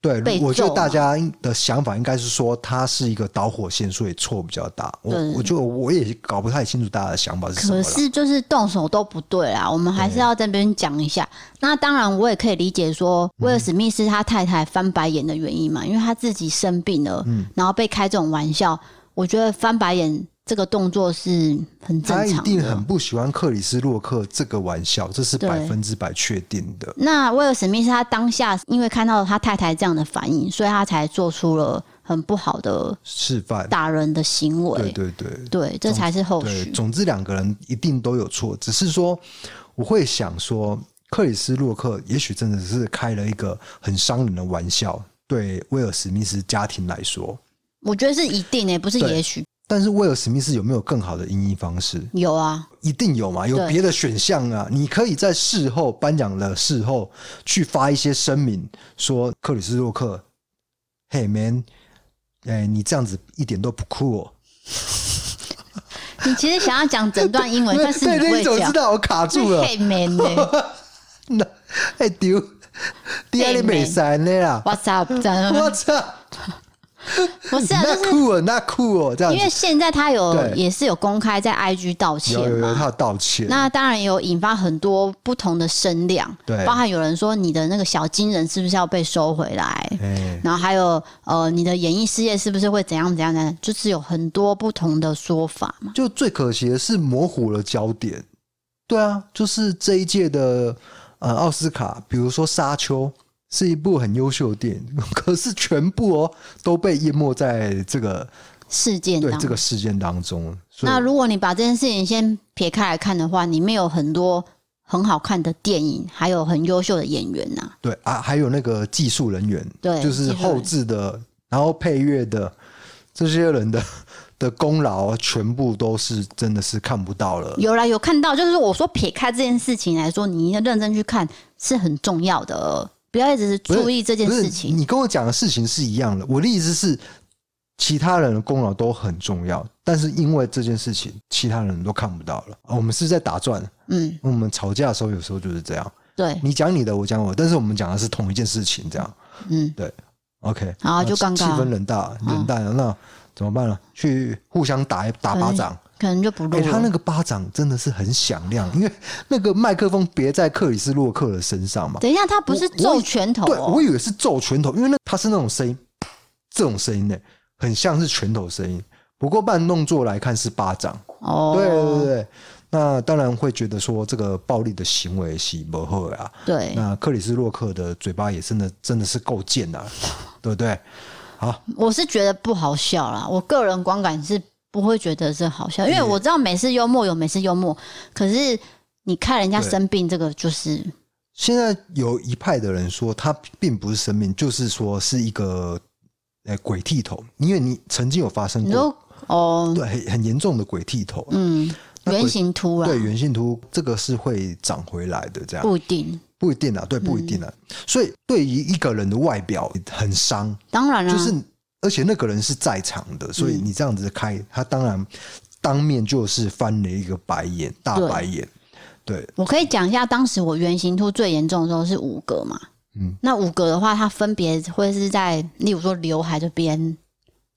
Speaker 2: 对，
Speaker 1: 被
Speaker 2: 我觉
Speaker 1: 揍
Speaker 2: 得大
Speaker 1: 嘛
Speaker 2: 家的想法应该是说，它是一个导火线，所以错比较大。我
Speaker 1: 对
Speaker 2: 我就我也搞不太清楚大家的想法是什么
Speaker 1: 可
Speaker 2: 了。
Speaker 1: 是就是动手都不对啦，我们还是要这边讲一下。那当然，我也可以理解说威尔史密斯他太太翻白眼的原因嘛，因为他自己生病了，然后被开这种玩笑，我觉得翻白眼这个动作是很
Speaker 2: 他
Speaker 1: 正
Speaker 2: 一
Speaker 1: 常
Speaker 2: 定
Speaker 1: 的
Speaker 2: 很。不喜欢克里斯洛克这个玩笑，这是
Speaker 1: 对
Speaker 2: 百分之百确定的。
Speaker 1: 那威尔史密斯他当下因为看到他太太这样的反应，所以他才做出了很不好的
Speaker 2: 示范，
Speaker 1: 打人的行为。
Speaker 2: 对对对
Speaker 1: 对这才是后
Speaker 2: 对，
Speaker 1: 续。
Speaker 2: 总之两个人一定都有错，只是说我会想说，克里斯洛克也许真的是开了一个很伤人的玩笑，对威尔史密斯家庭来说。
Speaker 1: 我觉得是一定诶、不是也许
Speaker 2: 但是威尔史密斯有没有更好的音译方式？
Speaker 1: 有啊。
Speaker 2: 一定有嘛，有
Speaker 1: 对
Speaker 2: 别的选项啊。你可以在事后颁奖的事后去发一些声明，说克里斯洛克，Hey man，哎、你这样子一点都不酷哦。
Speaker 1: 你其实想要讲整段 英文，但是
Speaker 2: 对，
Speaker 1: 你不
Speaker 2: 对，
Speaker 1: 会
Speaker 2: 你怎么
Speaker 1: 讲
Speaker 2: 知。道我卡住了？
Speaker 1: 嘿 man 欸呢
Speaker 2: 那哎丢，第二
Speaker 1: Hey
Speaker 2: 你美塞那啦，
Speaker 1: ？What's up？这样
Speaker 2: 我操，
Speaker 1: 不嗯是啊，
Speaker 2: 那
Speaker 1: 就是
Speaker 2: 酷哦，那酷哦，这样
Speaker 1: 因为
Speaker 2: 子。
Speaker 1: 现在他有
Speaker 2: 对
Speaker 1: 也是有公开在 IG 道歉
Speaker 2: 有有有，
Speaker 1: 嘛。
Speaker 2: 他有道歉。
Speaker 1: 那当然也有引发很多不同的声量，
Speaker 2: 对
Speaker 1: 包含有人说你的那个小金人是不是要被收回来，
Speaker 2: 哎，
Speaker 1: 然后还有呃你的演艺事业是不是会怎样怎样怎样，就是有很多不同的说法嘛。
Speaker 2: 就最可惜的是模糊了焦点。对啊，就是这一届的呃奥斯卡，比如说《沙丘》是一部很优秀的电影，可是全部哦都被淹没在这个
Speaker 1: 事件
Speaker 2: 对
Speaker 1: 当
Speaker 2: 这
Speaker 1: 中
Speaker 2: 个事件当中。所以
Speaker 1: 那如果你把这件事情先撇开来看的话，里面有很多很好看的电影，还有很优秀的演员呐、
Speaker 2: 对啊，还有那个技术人员，
Speaker 1: 对
Speaker 2: 就是后置的，然后配乐的这些人的 的功劳，全部都是真的是看不到了。
Speaker 1: 有啦，有看到，就是我说撇开这件事情来说，你要认真去看是很重要的，不要一直
Speaker 2: 不是
Speaker 1: 注意这件
Speaker 2: 不是
Speaker 1: 事情。
Speaker 2: 你跟我讲的事情是一样的，我的意思是，其他人的功劳都很重要，但是因为这件事情，其他人都看不到了。啊我们是在打转，
Speaker 1: 嗯，
Speaker 2: 我们吵架的时候有时候就是这样，
Speaker 1: 对，
Speaker 2: 你讲你的，我讲我的，但是我们讲的是同一件事情，这样
Speaker 1: 嗯，
Speaker 2: 对。OK，
Speaker 1: 好
Speaker 2: 那
Speaker 1: 啊就啊尴尬
Speaker 2: 气氛冷淡，冷淡了，那怎么办呢？去互相打一打巴掌。
Speaker 1: 可能就不录
Speaker 2: 哎、
Speaker 1: 了。
Speaker 2: 他那个巴掌真的是很响亮，因为那个麦克风别在克里斯洛克的身上嘛。
Speaker 1: 等一下，他不是
Speaker 2: 我我
Speaker 1: 揍拳头
Speaker 2: 对，
Speaker 1: 哦、
Speaker 2: 我以为是揍拳头，因为那它是那种声音，这种声音呢、很像是拳头声音。不过按动作来看是巴掌，
Speaker 1: 哦，
Speaker 2: 对对对对。那当然会觉得说这个暴力的行为是不好啊。
Speaker 1: 对
Speaker 2: 那克里斯洛克的嘴巴也真的真的是够贱啊，对不对？
Speaker 1: 我是觉得不好笑啦，我个人观感是不会觉得是好笑，因为我知道美式幽默有美式幽默，可是你看人家
Speaker 2: 对
Speaker 1: 生病这个就是
Speaker 2: 现在有一派的人说，他并不是生命，就是说是一个呃鬼剃头，因为你曾经有发生
Speaker 1: 你
Speaker 2: 过
Speaker 1: 说哦，
Speaker 2: 对很很严重的鬼剃头，
Speaker 1: 嗯，
Speaker 2: 那鬼
Speaker 1: 原型突
Speaker 2: 对
Speaker 1: 然
Speaker 2: 圆性秃这个是会长回来的，这样
Speaker 1: 啊不一定，
Speaker 2: 不一定啊，对，不一定啊。
Speaker 1: 嗯
Speaker 2: 所以对于一个人的外表很伤，
Speaker 1: 当然啦、啊
Speaker 2: 就是而且那个人是在场的，
Speaker 1: 嗯
Speaker 2: 所以你这样子开，他当然当面就是翻了一个白眼，大
Speaker 1: 对
Speaker 2: 白眼。对，
Speaker 1: 我可以讲一下，当时我原型突最严重的时候是五个嘛，
Speaker 2: 嗯，
Speaker 1: 那五个的话，它分别会是在，例如说刘海这边，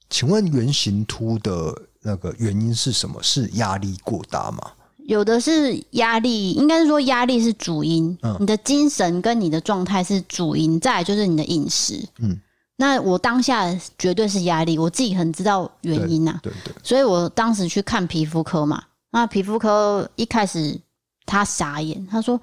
Speaker 2: 请问圆形秃的那个原因是什么？是压力过大吗？
Speaker 1: 有的是压力，应该是说压力是主因，
Speaker 2: 嗯
Speaker 1: 你的精神跟你的状态是主因，再来就是你的饮食，
Speaker 2: 嗯，
Speaker 1: 那我当下绝对是压力，我自己很知道原因呐、啊
Speaker 2: 对对，
Speaker 1: 所以我当时去看皮肤科嘛，那皮肤科一开始他傻眼，他说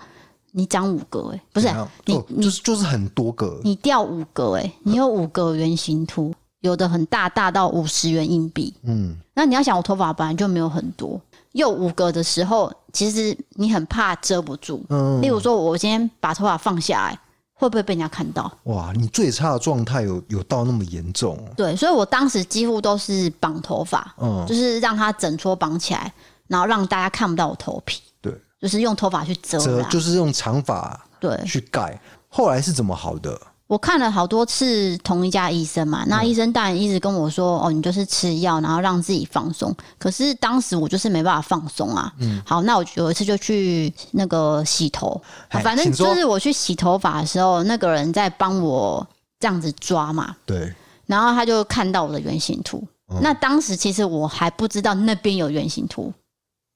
Speaker 1: 你长五个哎、欸不
Speaker 2: 不
Speaker 1: 是你
Speaker 2: 就是就是很多个，
Speaker 1: 你掉五个哎、欸你有五个圆形秃，有的很大，大到五十元硬币。
Speaker 2: 嗯，
Speaker 1: 那你要想，我头发本来就没有很多，又五个的时候，其实你很怕遮不住。
Speaker 2: 嗯
Speaker 1: 例如说，我今天把头发放下来，会不会被人家看到？
Speaker 2: 哇，你最差的状态有有到那么严重哦？
Speaker 1: 对，所以我当时几乎都是绑头发，
Speaker 2: 嗯，
Speaker 1: 就是让它整撮绑起来，然后让大家看不到我头皮，
Speaker 2: 对，
Speaker 1: 就是用头发去遮
Speaker 2: 折
Speaker 1: 啦。
Speaker 2: 就是用长发
Speaker 1: 对，
Speaker 2: 去盖。后来是怎么好的？
Speaker 1: 我看了好多次同一家医生嘛，那医生当然一直跟我说，哦，你就是吃药，然后让自己放松。可是当时我就是没办法放松啊。嗯，好，那我有一次就去那个洗头，啊
Speaker 2: 哎
Speaker 1: 反正
Speaker 2: 请说
Speaker 1: 就是我去洗头发的时候，那个人在帮我这样子抓嘛，
Speaker 2: 对，
Speaker 1: 然后他就看到我的原型图。那当时其实我还不知道那边有原型图，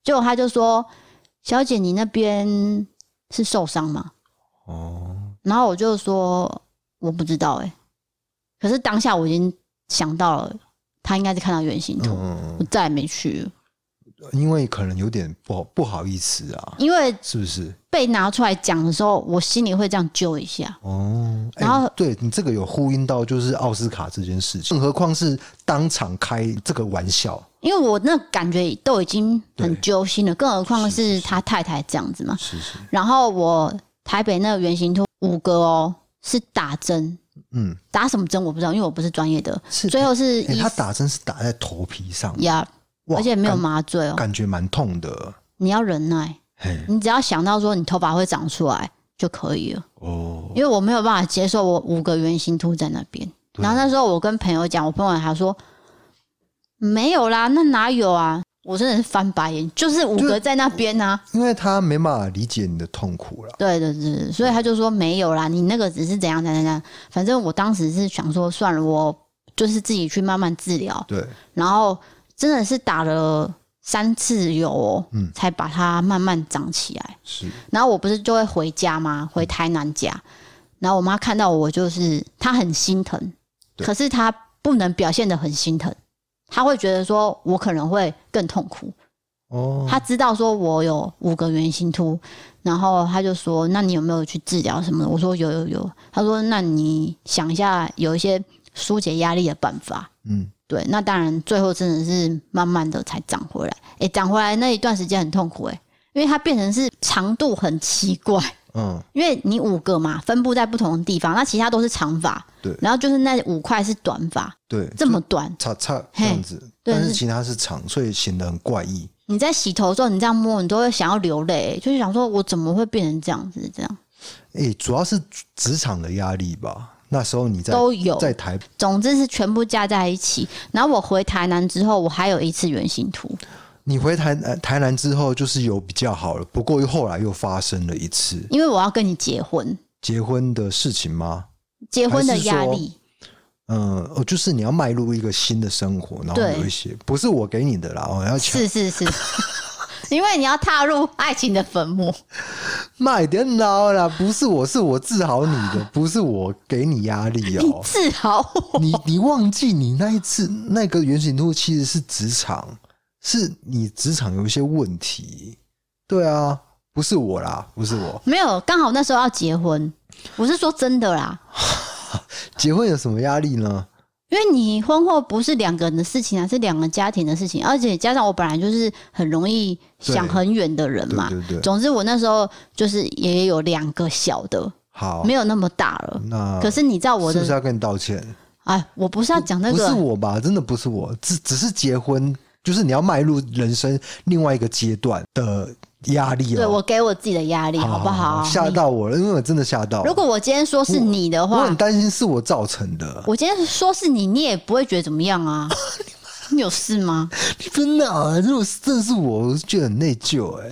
Speaker 1: 结果他就说：“小姐，你那边是受伤吗？”
Speaker 2: 哦，
Speaker 1: 然后我就说我不知道哎、可是当下我已经想到了，他应该是看到原型图，
Speaker 2: 嗯
Speaker 1: 我，再也没去了，
Speaker 2: 因为可能有点不好不好意思啊，
Speaker 1: 因为
Speaker 2: 是不是？
Speaker 1: 被拿出来讲的时候，我心里会这样揪一下。
Speaker 2: 哦，哎
Speaker 1: 然后
Speaker 2: 对你这个有呼应到就是奥斯卡这件事情，更何况是当场开这个玩笑，
Speaker 1: 因为我那感觉都已经很
Speaker 2: 对
Speaker 1: 揪心了，更何况是他太太这样子嘛。
Speaker 2: 是是，
Speaker 1: 然后我台北那个原型图五个哦，是打针，
Speaker 2: 嗯，
Speaker 1: 打什么针我不知道，因为我不是专业的。
Speaker 2: 是
Speaker 1: 最后是
Speaker 2: 哎
Speaker 1: 医
Speaker 2: 他打针是打在头皮上，
Speaker 1: 呀，
Speaker 2: 哇
Speaker 1: 而且没有
Speaker 2: 感
Speaker 1: 麻醉哦，
Speaker 2: 感觉蛮痛的，
Speaker 1: 你要忍耐。
Speaker 2: 嘿，
Speaker 1: 你只要想到说你头发会长出来就可以了，
Speaker 2: 哦，
Speaker 1: 因为我没有办法接受我五个圆形凸在那边。
Speaker 2: 对
Speaker 1: 然后那时候我跟朋友讲，我朋友还说没有啦，那哪有啊？我真的是翻白眼，就是五个在那边 啊。
Speaker 2: 因为他没办法理解你的痛苦了，
Speaker 1: 对对对，对所以他就说没有啦，你那个只是怎样怎样怎样。反正我当时是想说，算了，我就是自己去慢慢治疗。
Speaker 2: 对，
Speaker 1: 然后真的是打了三次油哦，
Speaker 2: 嗯
Speaker 1: 才把它慢慢长起来。
Speaker 2: 是，
Speaker 1: 然后我不是就会回家吗？回台南家，然后我妈看到我，就是她很心疼，
Speaker 2: 对
Speaker 1: 可是她不能表现的很心疼，她会觉得说我可能会更痛苦。
Speaker 2: 哦，
Speaker 1: 她知道说我有五个圆形突，然后她就说：“那你有没有去治疗什么的？”我说：“有有有。”她说：“那你想一下，有一些疏解压力的办法。”
Speaker 2: 嗯，
Speaker 1: 对，那当然，最后真的是慢慢的才长回来。诶、长回来那一段时间很痛苦诶、因为它变成是长度很奇怪，
Speaker 2: 嗯，
Speaker 1: 因为你五个嘛，分布在不同的地方，那其他都是长发，
Speaker 2: 对
Speaker 1: 然后就是那五块是短发，
Speaker 2: 对，
Speaker 1: 这么短。
Speaker 2: 叉叉这样子，
Speaker 1: 对
Speaker 2: 但是
Speaker 1: 是
Speaker 2: 其他是长，所以显得很怪异。
Speaker 1: 你在洗头的时候，你这样摸，你都会想要流泪，就是想说我怎么会变成这样子？这样
Speaker 2: 哎、主要是职场的压力吧。那时候你在
Speaker 1: 都有，
Speaker 2: 在台
Speaker 1: 总之是全部加在一起。然后我回台南之后，我还有一次原型图，
Speaker 2: 你回台南台南之后，就是有比较好了，不过后来又发生了一次
Speaker 1: 因为我要跟你结婚，
Speaker 2: 结婚的事情吗？
Speaker 1: 结婚的
Speaker 2: 还是说
Speaker 1: 压力。
Speaker 2: 嗯，哦，就是你要迈入一个新的生活，然后
Speaker 1: 对
Speaker 2: 有一些不是我给你的啦，我要抢
Speaker 1: 是是是， 因为你要踏入爱情的坟墓。
Speaker 2: 卖点老啦，不是我是我治好你 的，不是我给你压力
Speaker 1: 你
Speaker 2: 哦、
Speaker 1: 治好我，
Speaker 2: 你你忘记你那一次那个原型图其实是职场，是你职场有一些问题，对啊，不是我啦，不是我，
Speaker 1: 没有，刚好那时候要结婚，我是说真的啦。
Speaker 2: 结婚有什么压力呢？
Speaker 1: 因为你婚后不是两个人的事情啊，是两个家庭的事情，而且加上我本来就是很容易想很远的人嘛。
Speaker 2: 对对对
Speaker 1: 总之，我那时候就是也有两个小的，
Speaker 2: 好
Speaker 1: 没，有哦嗯那么大了。
Speaker 2: 那
Speaker 1: 可是你知道我
Speaker 2: 是
Speaker 1: 的
Speaker 2: 不是要跟你道歉？
Speaker 1: 哎，我不是要讲那
Speaker 2: 不是
Speaker 1: 个，
Speaker 2: 我吧，真的不是我，只只是结婚，就是你要迈入人生另外一个阶段的压力
Speaker 1: 对
Speaker 2: 哦、啊
Speaker 1: 我给我自己的压力，好不好？
Speaker 2: 吓到我了，因为我真的吓到
Speaker 1: 你！如果我今天说是你的
Speaker 2: 我
Speaker 1: 话
Speaker 2: 很，担心是我造成的，
Speaker 1: 我今天说是你，你也不会觉得怎么样 啊。你有事吗？
Speaker 2: 真的、啊，如果是真的是我，我觉得很内疚哎、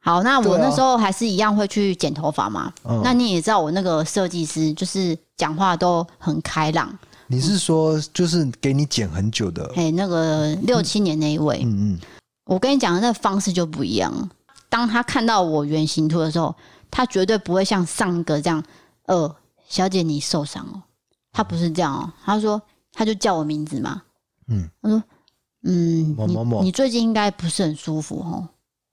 Speaker 1: 好，那我
Speaker 2: 对啊
Speaker 1: 那时候还是一样会去剪头发嘛。
Speaker 2: 嗯
Speaker 1: 那你也知道，我那个设计师就是讲话都很开朗，
Speaker 2: 你是说就是给你剪很久的？
Speaker 1: 哎、那个六七年那一位，
Speaker 2: 嗯嗯，
Speaker 1: 我跟你讲的那个方式就不一样。当他看到我原型图的时候，他绝对不会像上一个这样，呃，小姐你受伤哦。他不是这样哦，他说他就叫我名字嘛，
Speaker 2: 嗯，
Speaker 1: 他说，嗯，
Speaker 2: 某某某
Speaker 1: 你你最近应该不是很舒服哦，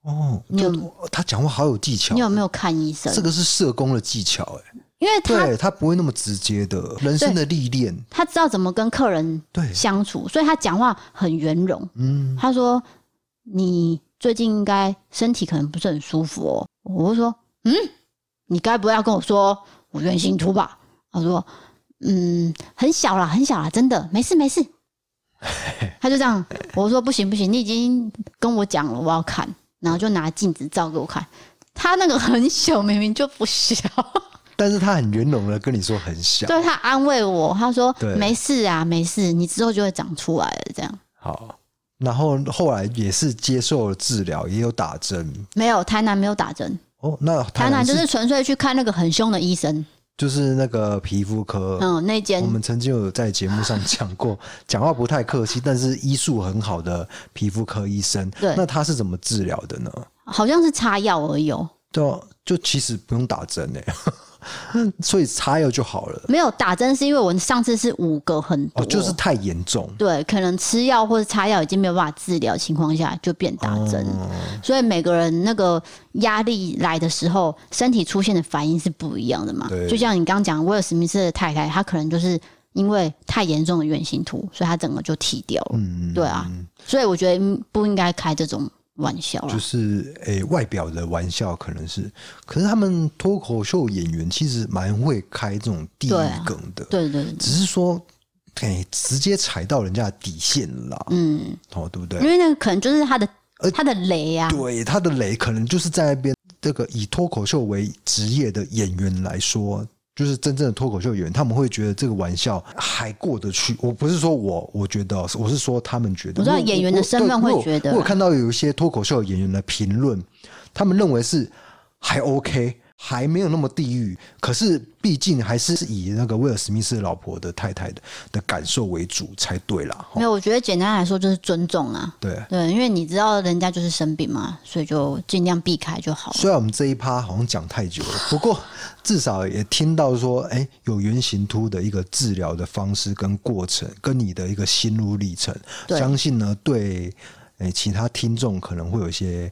Speaker 2: 哦，
Speaker 1: 你有
Speaker 2: 就他讲话好有技巧
Speaker 1: 你，有没有看医生？
Speaker 2: 这个是社工的技巧哎、
Speaker 1: 因为他
Speaker 2: 对他不会那么直接的，人生的历练，
Speaker 1: 他知道怎么跟客人
Speaker 2: 对，
Speaker 1: 相处，所以他讲话很圆融。
Speaker 2: 嗯，
Speaker 1: 他说：“你最近应该身体可能不是很舒服哦。”我就说：“嗯，你该不会要跟我说我原型图吧？”他说：“嗯，很小啦，很小啦，真的，没事没事。”他就这样，我说：“不行不行，你已经跟我讲了，我要看。”然后就拿镜子照给我看，他那个很小，明明就不小，
Speaker 2: 但是他很圆融的跟你说很小。
Speaker 1: 对他安慰我，他说
Speaker 2: 对
Speaker 1: 没事啊，没事，你之后就会长出来了。这样
Speaker 2: 好，然后后来也是接受了治疗，也有打针。
Speaker 1: 没有台南没有打针，
Speaker 2: 哦，那
Speaker 1: 台南就是是纯粹去看那个很凶的医生，
Speaker 2: 就是那个皮肤科，
Speaker 1: 嗯，那间
Speaker 2: 呃我们曾经有在节目上讲 过，讲话不太客气，但是医术很好的皮肤科医生，
Speaker 1: 对
Speaker 2: 那他是怎么治疗的呢？
Speaker 1: 好像是擦药而已、哦，
Speaker 2: 对啊、就其实不用打针哎、 所以擦药就好了。
Speaker 1: 没有打针是因为我上次是五个很多，
Speaker 2: 哦，就是太严重，
Speaker 1: 对，可能吃药或者擦药已经没有办法治疗的情况下，就变打针。
Speaker 2: 哦
Speaker 1: 所以每个人那个压力来的时候，身体出现的反应是不一样的嘛
Speaker 2: 对。
Speaker 1: 就像你刚刚讲威尔史密斯的太太，她可能就是因为太严重的远形图，所以她整个就剃掉了。
Speaker 2: 嗯，
Speaker 1: 对啊，所以我觉得嗯不应该开这种玩笑啦。
Speaker 2: 就是诶、外表的玩笑可能是，可是他们脱口秀演员其实蛮会开这种地
Speaker 1: 对
Speaker 2: 狱
Speaker 1: 啊
Speaker 2: 梗的，
Speaker 1: 对对对，
Speaker 2: 只是说，诶、直接踩到人家的底线了啦，
Speaker 1: 嗯，
Speaker 2: 哦，对不对
Speaker 1: 因？为那个可能就是他的
Speaker 2: 呃
Speaker 1: 他的雷 啊，
Speaker 2: 对，他的雷可能就是在那边这个以脱口秀为职业的演员来说，就是真正的脱口秀演员，他们会觉得这个玩笑还过得去。我不是说我，我觉得哦，我是说他们觉得。
Speaker 1: 我知道
Speaker 2: 因为
Speaker 1: 演员的身份
Speaker 2: 我
Speaker 1: 会
Speaker 2: 我
Speaker 1: 觉得
Speaker 2: 我有
Speaker 1: 啦
Speaker 2: 看到有一些脱口秀演员的评论，他们认为是还 OK。还没有那么地狱，可是毕竟还是以那个威尔史密斯老婆的太太的的感受为主才对啦。哦
Speaker 1: 没有，我觉得简单来说就是尊重啊。
Speaker 2: 对，
Speaker 1: 对，因为你知道人家就是生病嘛，所以就尽量避开就好了。
Speaker 2: 虽然我们这一趴好像讲太久了，不过至少也听到说，哎、有圆形突的一个治疗的方式跟过程，跟你的一个心路历程，
Speaker 1: 对
Speaker 2: 相信呢对，哎、其他听众可能会有一些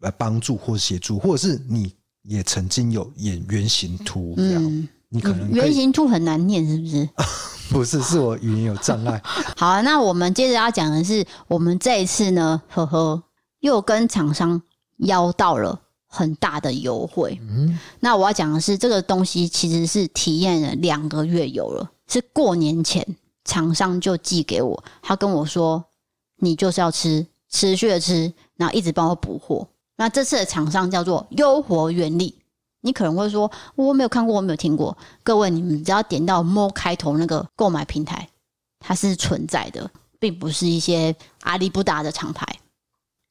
Speaker 2: 呃帮助或协助，或者是你也曾经有演圆形突这样，
Speaker 1: 嗯，
Speaker 2: 你啊可能可
Speaker 1: 圆
Speaker 2: 以
Speaker 1: 形兔很难念，是不是？
Speaker 2: 不是是我语言有障 碍，
Speaker 1: 好、啊，那我们接着要讲的是，我们这一次呢，呵呵，又跟厂商邀到了很大的优惠。
Speaker 2: 嗯，
Speaker 1: 那我要讲的是，这个东西其实是体验了两个月有了，是过年前厂商就寄给我，他跟我说，你就是要吃，持续的吃，然后一直帮我补货。那这次的厂商叫做优活原力。你可能会说，我没有看过，我没有听过。各位，你们只要点到 “mo” 开头那个购买平台，它是存在的，并不是一些阿里不达的厂牌。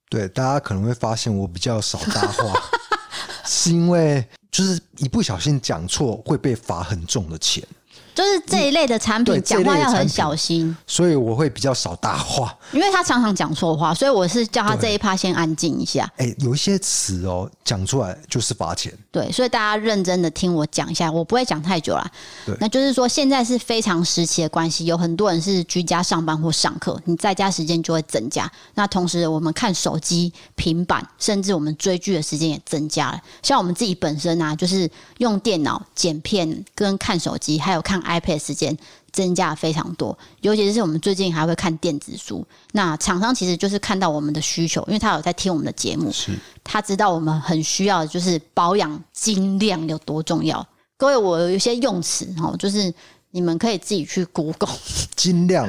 Speaker 2: 对，大家可能会发现我比较少搭 话，是因为就是一不小心讲错会被罚很重的钱。
Speaker 1: 就是这一类的产
Speaker 2: 嗯对
Speaker 1: 品，
Speaker 2: 这一
Speaker 1: 讲话
Speaker 2: 类的
Speaker 1: 要
Speaker 2: 产
Speaker 1: 很
Speaker 2: 品
Speaker 1: 小心，
Speaker 2: 所以我会比较少搭话。
Speaker 1: 因为他常常讲错话，所以我是叫他
Speaker 2: 对
Speaker 1: 这一趴先安静一下。
Speaker 2: 哎、有一些词哦，讲出来就是罚钱。
Speaker 1: 对，所以大家认真的听我讲一下，我不会讲太久啦
Speaker 2: 对。
Speaker 1: 那就是说，现在是非常时期的关系，有很多人是居家上班或上课，你在家时间就会增加。那同时，我们看手机、平板，甚至我们追剧的时间也增加了。像我们自己本身啊，就是用电脑剪片、跟看手机，还有看 iPad 的时间。增加了非常多，尤其是我们最近还会看电子书。那厂商其实就是看到我们的需求，因为他有在听我们的节目，
Speaker 2: 是，
Speaker 1: 他知道我们很需要的就是保养精量有多重要。各位，我有一些用词哦，就是你们可以自己去 Google，
Speaker 2: 尽量，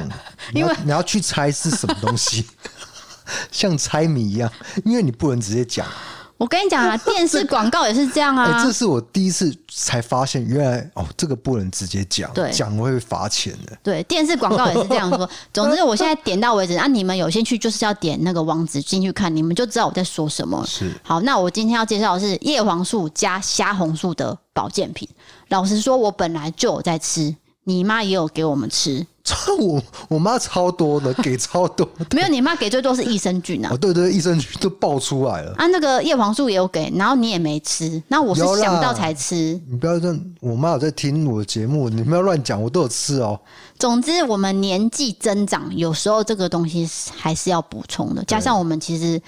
Speaker 2: 你
Speaker 1: 因
Speaker 2: 要
Speaker 1: 为
Speaker 2: 你要去猜是什么东西， 像猜谜一样，因为你不能直接讲。
Speaker 1: 我跟你讲 啊，电视广告也是这样
Speaker 2: 哎、
Speaker 1: 啊
Speaker 2: 这。是我第一次才发现，原来哦，这个不能直接讲，
Speaker 1: 对
Speaker 2: 讲会被罚钱的。
Speaker 1: 对，电视广告也是这样 说。总之，我现在点到为止啊，你们有兴趣就是要点那个网址进去看，你们就知道我在说什么了。
Speaker 2: 是
Speaker 1: 好，那我今天要介绍的是叶黄素加虾红素的保健品。老实说，我本来就有在吃，你妈也有给我们吃，
Speaker 2: 我我妈超多 的，给超多的。
Speaker 1: 没有你妈给最多是益生菌啊
Speaker 2: 哦，。对对，益生菌都爆出来了。
Speaker 1: 啊，那个叶黄素也有给，然后你也没吃，那我是
Speaker 2: 有啦
Speaker 1: 想到才吃。
Speaker 2: 你不要这样，我妈有在听我节目，你不要乱讲，我都有吃哦。
Speaker 1: 总之，我们年纪增长，有时候这个东西是还是要补充的。加上我们其实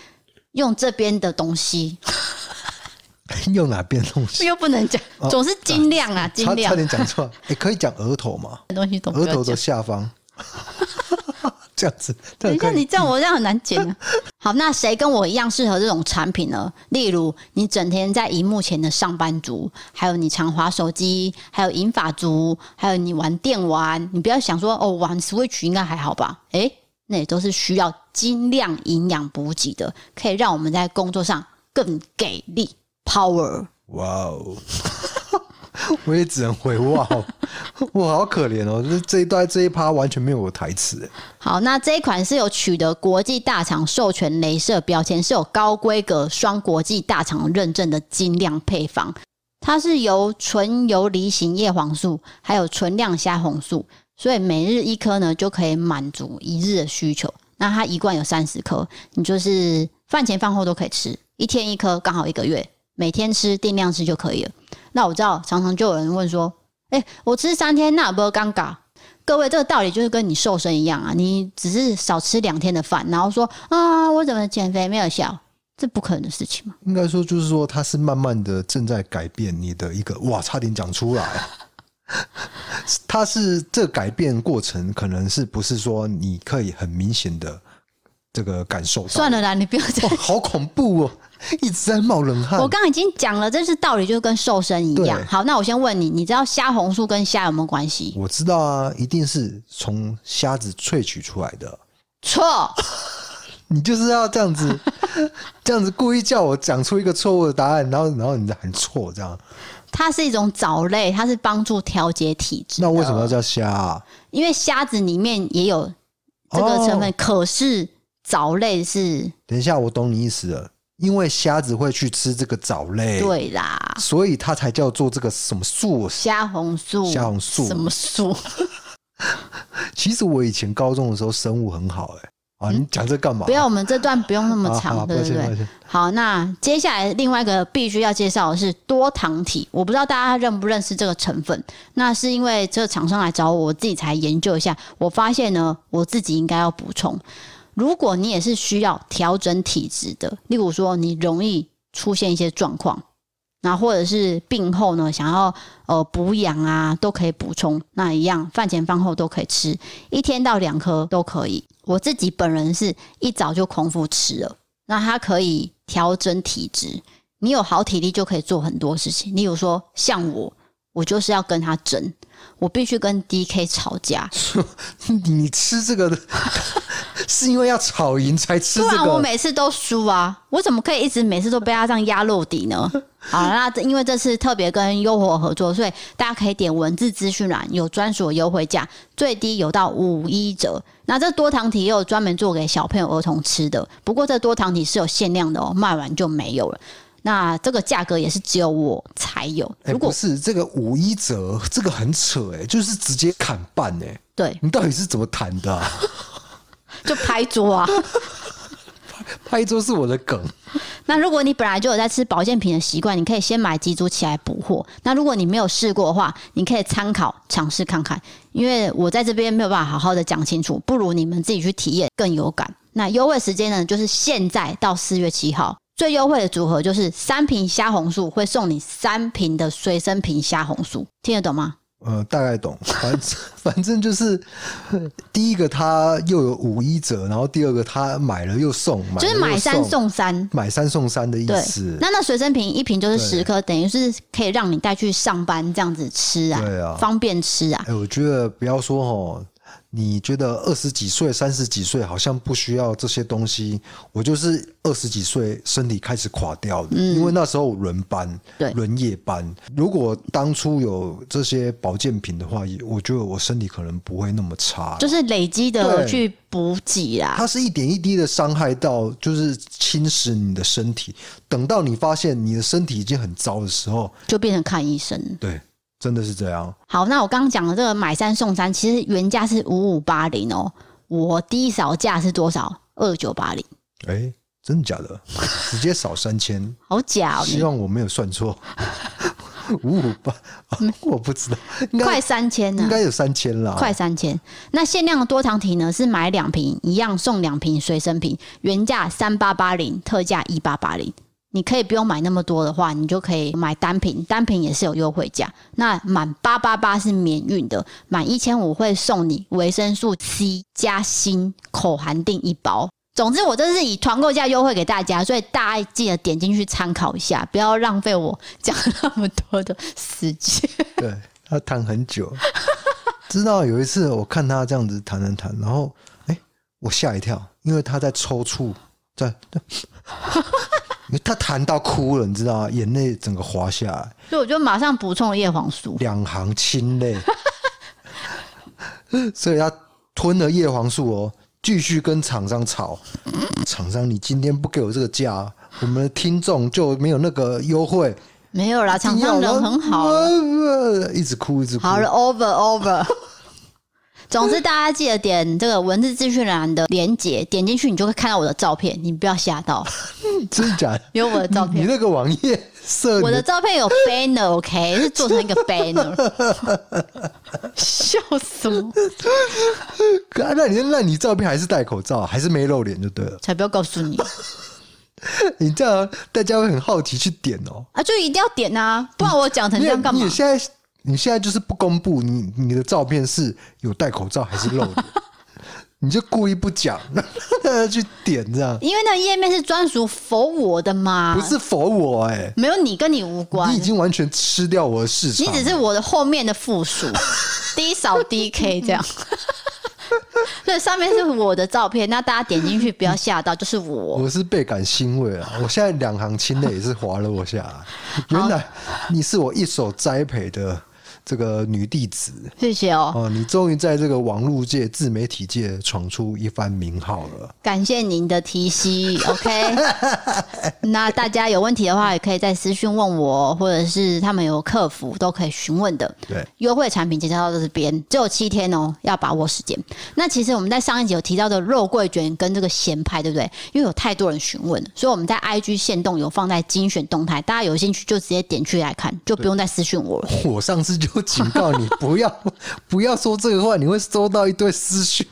Speaker 1: 用这边的东西
Speaker 2: 用哪边东西？
Speaker 1: 又不能讲，总是尽量啊，尽
Speaker 2: 哦差差
Speaker 1: 量
Speaker 2: 点 讲错，也、可以讲额头嘛，
Speaker 1: 的东西都不
Speaker 2: 额
Speaker 1: 要
Speaker 2: 头
Speaker 1: 讲
Speaker 2: 的。下方， 这样子，这
Speaker 1: 等
Speaker 2: 样
Speaker 1: 一下，
Speaker 2: 可以
Speaker 1: 你这样我这样很难剪啊。好，那谁跟我一样适合这种产品呢？例如，你整天在荧幕前的上班族，还有你常滑手机，还有银发族，还有你玩电玩，你不要想说哦，玩 Switch 应该还好吧？诶、那也都是需要精量营养补给的，可以让我们在工作上更给力。Power，
Speaker 2: 哇哦！ 我也只能回哇哦， 我好可怜哦，就是这一段这一趴完全没有我台词哎。
Speaker 1: 好，那这一款是有取得国际大厂授权镭射标签，是有高规格双国际大厂认证的精酿配方。它是由纯游离型叶黄素还有纯亮虾红素，所以每日一颗呢就可以满足一日的需求。那它一罐有三十颗，你就是饭前饭后都可以吃，一天一颗刚好一个月，每天吃定量吃就可以了。那我知道常常就有人问说，哎、我吃三天那有没有尴尬？各位，这个道理就是跟你瘦身一样啊，你只是少吃两天的饭，然后说啊，我怎么减肥没有效？这不可能的事情嘛。
Speaker 2: 应该说就是说，它是慢慢的正在改变你的一个哇，差点讲出来。 它是这改变过程，可能是不是说你可以很明显的这个感受到？
Speaker 1: 算了啦，你不要再
Speaker 2: 哇，好恐怖哦，一直在冒冷 汗
Speaker 1: 我。刚刚已经讲了，这是道理，就跟瘦身一样
Speaker 2: 对。
Speaker 1: 好，那我先问你，你知道虾红素跟虾有没有关系？
Speaker 2: 我知道啊，一定是从虾子萃取出来的。
Speaker 1: 错，
Speaker 2: 你就是要这样子， 这样子故意叫我讲出一个错误的答案，然后然后你喊错这样，
Speaker 1: 它是一种藻类，它是帮助调节体质。
Speaker 2: 那为什么要？叫虾啊？
Speaker 1: 因为虾子里面也有这个成分，
Speaker 2: 哦
Speaker 1: 可是藻类是
Speaker 2: 等一下，我懂你意思了，因为虾子会去吃这个藻类，，
Speaker 1: 对啦，
Speaker 2: 所以它才叫做这个什么素。
Speaker 1: 虾红素，
Speaker 2: 哦虾红素
Speaker 1: 什么素？
Speaker 2: 其实我以前高中的时候生物很好、欸，啊，你讲这干嘛？
Speaker 1: 嗯不要，我们这段不用那么
Speaker 2: 啊
Speaker 1: 长，
Speaker 2: 好
Speaker 1: 对不
Speaker 2: 抱歉抱
Speaker 1: 对
Speaker 2: 歉？
Speaker 1: 好，那接下来另外一个必须要介绍的是多糖体，我不知道大家认不认识这个成分。那是因为这个厂商来找我，我自己才研究一下，我发现呢，我自己应该要补充。如果你也是需要调整体质的，例如说你容易出现一些状况，那或者是病后呢想要呃补养啊，都可以补充。那一样饭前饭后都可以吃，一天到两颗都可以。我自己本人是一早就空腹吃了，那它可以调整体质。你有好体力就可以做很多事情，例如说像我，我就是要跟他争，我必须跟 DK 吵架，
Speaker 2: 你吃这个的 是因为要炒赢才吃
Speaker 1: 不
Speaker 2: 这
Speaker 1: 然啊我
Speaker 2: 个，
Speaker 1: 每次都输啊！我怎么可以一直每次都被他这样压落底 呢？好，那这因为这次特别跟优活合作，所以大家可以点文字资讯栏有专属的优惠价，最低有到五一折。那这多糖体也有专门做给小朋友、儿童吃的，不过这多糖体是有限量的哦，卖完就没有了。那这个价格也是只有我才有。
Speaker 2: 哎
Speaker 1: 如果、
Speaker 2: 不是这个五一折，这个很扯哎、就是直接砍半哎、
Speaker 1: 对，
Speaker 2: 你到底是怎么谈的、 啊？
Speaker 1: 就拍桌 啊！
Speaker 2: 拍桌是我的梗，
Speaker 1: 那如果你本来就有在吃保健品的习惯，你可以先买几组起来补货。那如果你没有试过的话，你可以参考尝试看看，因为我在这边没有办法好好的讲清楚，不如你们自己去体验更有感。那优惠时间呢，就是现在到四月七号。最优惠的组合就是三瓶虾红素会送你三瓶的随身瓶虾红素，听得懂吗？
Speaker 2: 呃，大概懂，反正 反正就是第一个他又有五一折，然后第二个他买了又送，买了
Speaker 1: 就
Speaker 2: 又
Speaker 1: 是买三，送三。
Speaker 2: 买三送三的意
Speaker 1: 对
Speaker 2: 思，。
Speaker 1: 那那随身瓶一瓶就是
Speaker 2: 对
Speaker 1: 十颗，等于是可以让你带去上班这样子吃啊，
Speaker 2: 对啊
Speaker 1: 方便吃啊。
Speaker 2: 哎、我觉得不要说哦，你觉得二十几岁、三十几岁好像不需要这些东西，我就是二十几岁身体开始垮掉的，因为那时候我轮班，
Speaker 1: 嗯对
Speaker 2: 轮夜班。如果当初有这些保健品的话，也我觉得我身体可能不会那么差。
Speaker 1: 就是累积的
Speaker 2: 对
Speaker 1: 去补给啦。
Speaker 2: 它是一点一滴的伤害到，就是侵蚀你的身体。等到你发现你的身体已经很糟的时候，
Speaker 1: 就变成看医生。
Speaker 2: 对，真的是这样。
Speaker 1: 好，那我刚刚讲的这个买三送三，其实原价是五五八零哦，我低少价是多少？二九八零，
Speaker 2: 哎、真的假的？ 直接少三千。
Speaker 1: 好假哦！
Speaker 2: 希
Speaker 1: 你
Speaker 2: 望我没有算错， 五五八，我不知道，应
Speaker 1: 快
Speaker 2: 该
Speaker 1: 三千呢、
Speaker 2: 应该有三千啦。
Speaker 1: 快三千。那限量的多糖体呢是买两瓶，一样送两瓶随身瓶，原价三八八零，特价一八八零。你可以不用买那么多的话，你就可以买单瓶，单瓶也是有优惠价。那满八八八是免运的，满一千五会送你维生素 C 加锌口含定一包。总之，我这是以团购价优惠给大家，所以大家记得点进去参考一下，不要浪费我讲那么多的时间。
Speaker 2: 对他谈很久， 知道有一次我看他这样子谈谈谈，然后 哎、我吓一跳，因为他在抽搐，在，他谈到哭了，你知道吗？眼泪整个滑下来，
Speaker 1: 所以我就马上补充了叶黄素。
Speaker 2: 两行清泪， 所以他吞了叶黄素哦，继续跟厂商吵，厂商你今天不给我这个价，我们的听众就没有那个优惠。哦
Speaker 1: 没有啦，啊厂商人很好啊。
Speaker 2: 呃，一直哭一直哭。
Speaker 1: 好了，over over。总之，大家记得点这个文字资讯栏的连接，点进去你就会看到我的照片，你不要吓到，
Speaker 2: 真的假的？
Speaker 1: 有我的照
Speaker 2: 你
Speaker 1: 片。
Speaker 2: 那个网页设
Speaker 1: 我
Speaker 2: 你
Speaker 1: 的照片有 banner，OK，、是做 成一个 banner，, 笑死我！
Speaker 2: 可啊那你那你照片还是戴口罩，还是没露脸就对了。
Speaker 1: 才不要告诉你
Speaker 2: 你这样大家会很好奇去点哦。
Speaker 1: 啊，就一定要点啊，不然我讲成
Speaker 2: 你
Speaker 1: 这样干嘛
Speaker 2: 你？现在你现在就是不公布你你的照片是有戴口罩还是露 脸，你就故意不讲， 让大家去点这样，
Speaker 1: 因为那个页面是专属否我的嘛，
Speaker 2: 不是否我哎、
Speaker 1: 没有你跟你无关
Speaker 2: 你已，经完全吃掉我的市场
Speaker 1: 你
Speaker 2: 了，
Speaker 1: 只是我的后面的附属，低扫 DK 这样。所以上面是我的照片，那大家点进去不要吓到，就是我。
Speaker 2: 我是倍感欣慰啊！我现在两行清泪也是滑了 我下来，原来你是我一手栽培的这个女弟子
Speaker 1: 谢谢哦，
Speaker 2: 哦，你终于在这个网络界、自媒体界闯出一番名号了。
Speaker 1: 感谢您的提携。OK，那大家有问题的话，也可以在私讯问我，或者是他们有客服都可以询问的。
Speaker 2: 对，
Speaker 1: 优惠产品介绍到这边，只有七天哦，要把握时间。那其实我们在上一集有提到的肉桂卷跟这个咸派，对不对？因为有太多人询问了，所以我们在 IG 限动有放在精选动态，大家有兴趣就直接点去来看，就不用再私讯我了。
Speaker 2: 我上次就警告你不要 不要说这个话，你会收到一堆私讯，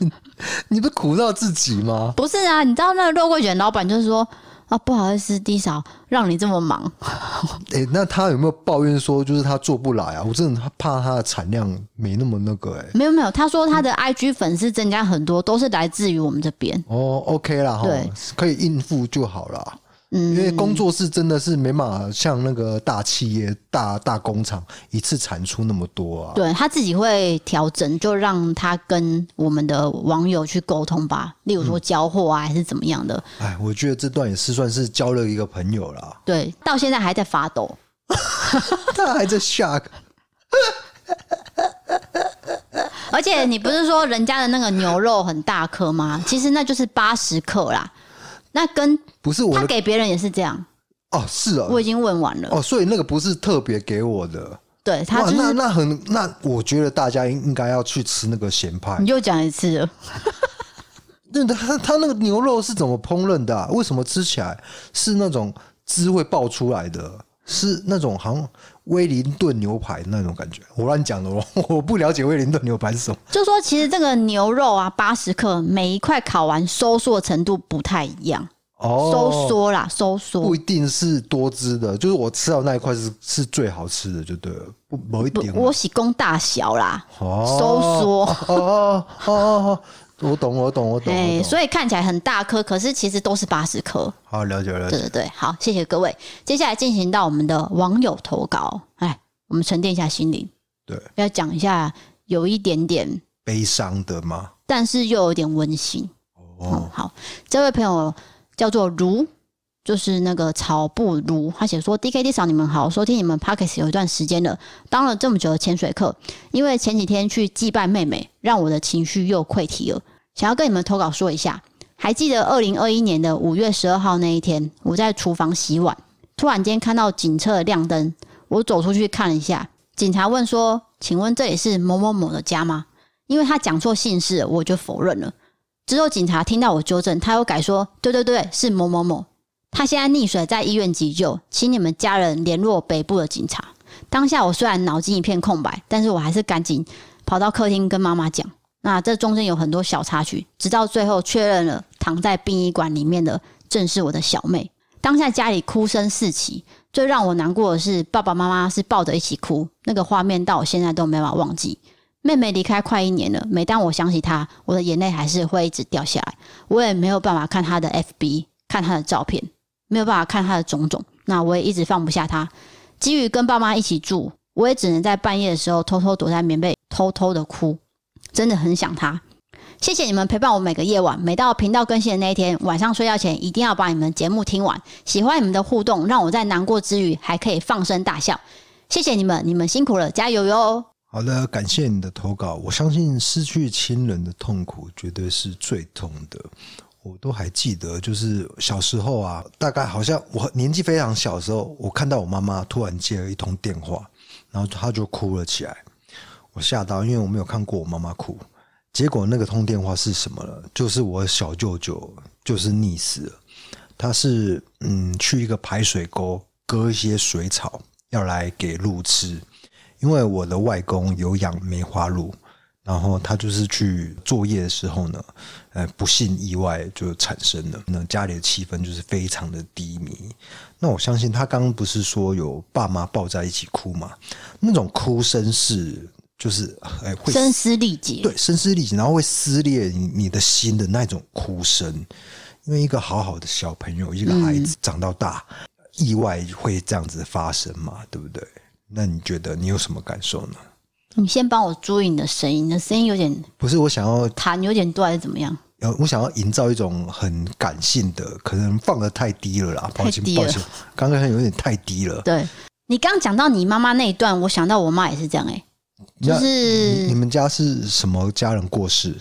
Speaker 2: 你不是苦到自己吗？
Speaker 1: 不是啊，你知道那个肉桂卷老板就是说啊，不好意思，低嫂让你这么忙，
Speaker 2: 诶，那他有没有抱怨说就是他做不来啊？我真的怕他的产量没那么那个诶。
Speaker 1: 没有没有，他说他的 IG 粉丝增加很多，都是来自于我们这边。
Speaker 2: 哦，OK 啦，哈
Speaker 1: 对，
Speaker 2: 可以应付就好啦。
Speaker 1: 嗯
Speaker 2: 因为工作室真的是没办法像那个大企业、大大工厂一次产出那么多啊。
Speaker 1: 对他自己会调整，就让他跟我们的网友去沟通吧，例如
Speaker 2: 嗯
Speaker 1: 说交货啊，还是怎么样的。
Speaker 2: 哎，我觉得这段也是算是交了一个朋友啦，
Speaker 1: 对，到现在还在发抖。
Speaker 2: 他还在 shock。
Speaker 1: 而且你不是说人家的那个牛肉很大颗吗？其实那就是八十克啦。那跟
Speaker 2: 不是我
Speaker 1: 他
Speaker 2: 的
Speaker 1: 给别人也是这样，
Speaker 2: 哦，是哦
Speaker 1: 我，已经问完了。
Speaker 2: 哦，所以那个不是特别给我的。
Speaker 1: 对他
Speaker 2: 哇，
Speaker 1: 就
Speaker 2: 那
Speaker 1: 是，
Speaker 2: 那很那，我觉得大家应应该要去吃那个咸派
Speaker 1: 你。又讲一次了，
Speaker 2: 那他他那个牛肉是怎么烹饪的、啊？为什么吃起来是那种汁会爆出来的？是那种好像威灵顿牛排那种感觉？我乱讲的，我哦 我不了解威灵顿牛排是什么。
Speaker 1: 就说其实这个牛肉啊，八十克，每一块烤完收缩的程度不太一样，
Speaker 2: 哦，
Speaker 1: 收缩啦，收
Speaker 2: 不
Speaker 1: 缩
Speaker 2: 一。定是多汁的，就是我吃到那一块是是最好吃的，就对了，不某一
Speaker 1: 不
Speaker 2: 点，
Speaker 1: 我喜功大小啦，收
Speaker 2: 啊哦
Speaker 1: 缩。
Speaker 2: 哦哦哦哦，我懂，我懂，我懂，
Speaker 1: 哎、
Speaker 2: 我懂。
Speaker 1: 所以看起来很大颗，可是其实都是八十颗。
Speaker 2: 好，了解了
Speaker 1: 对
Speaker 2: 解。
Speaker 1: 对对，好，谢谢各位。接下来进行到我们的网友投稿，哎，我们沉淀一下心灵，
Speaker 2: 对，
Speaker 1: 要讲一下有一点点，
Speaker 2: 悲伤的吗？
Speaker 1: 但是又有点温馨。嗯
Speaker 2: 哦，，
Speaker 1: 好，这位朋友叫做如，就是那个草不如，他写说：“D K D 嫂，你们好，收听你们 p o c k e t 有一段时间了，当了这么久的潜水课，因为前几天去祭拜妹妹，让我的情绪又溃堤了，想要跟你们投稿说一下。还记得二零二一年的五月十二号那一天，我在厨房洗碗，突然间看到警车的亮灯，我走出去看了一下，警察问说：‘请问这里是某某某的家吗？’”因为他讲错姓氏了，我就否认了。之后警察听到我纠正，他又改说：“对对对，是某某某。”他现在溺水在医院急救，请你们家人联络北部的警察。当下我虽然脑筋一片空白，但是我还是赶紧跑到客厅跟妈妈讲。那这中间有很多小插曲，直到最后确认了躺在殡仪馆里面的正是我的小妹。当下家里哭声四起，最让我难过的是爸爸妈妈是抱着一起哭，那个画面到我现在都没法忘记。妹妹离开快一年了，每当我想起她，我的眼泪还是会一直掉下来。我也没有办法看她的 FB，看她的照片，没有办法看她的种种。那我也一直放不下她。基于跟爸妈一起住，我也只能在半夜的时候偷偷躲在棉被，偷偷的哭，真的很想她。谢谢你们陪伴我每个夜晚，每到频道更新的那一天，晚上睡觉前一定要把你们节目听完。喜欢你们的互动，让我在难过之余还可以放声大笑。谢谢你们，你们辛苦了，加油哟！
Speaker 2: 好的，感谢你的投稿。我相信失去亲人的痛苦绝对是最痛的。我都还记得，就是小时候啊，大概好像我年纪非常小的时候，我看到我妈妈突然接了一通电话，然后她就哭了起来。我吓到，因为我没有看过我妈妈哭。结果那个通电话是什么了？就是我小舅舅就是溺死了。他是嗯去一个排水沟割一些水草，要来给鹿吃。因为我的外公有养梅花鹿，然后他就是去作业的时候呢，呃，不幸意外就产生了，那家里的气氛就是非常的低迷。那我相信他刚刚不是说有爸妈抱在一起哭嘛？那种哭声是就是哎、会
Speaker 1: 声嘶力竭，
Speaker 2: 对，声嘶力竭，然后会撕裂你你的心的那种哭声。因为一个好好的小朋友，一个孩子长到大，意外会这样子发生嘛，对不对？那你觉得你有什么感受呢？
Speaker 1: 你先帮我注意你的声音，你的声音有点
Speaker 2: 不是我想要，
Speaker 1: 痰，有点多还是怎么样？
Speaker 2: 呃，我想要营造一种很感性的，可能放的太低了啦，抱歉
Speaker 1: 太低，了
Speaker 2: 抱歉，刚刚有点太低了。
Speaker 1: 对你刚讲到你妈妈那一段，我想到我妈也是这样哎、就
Speaker 2: 那你你
Speaker 1: 是
Speaker 2: 们家是什么家人过世？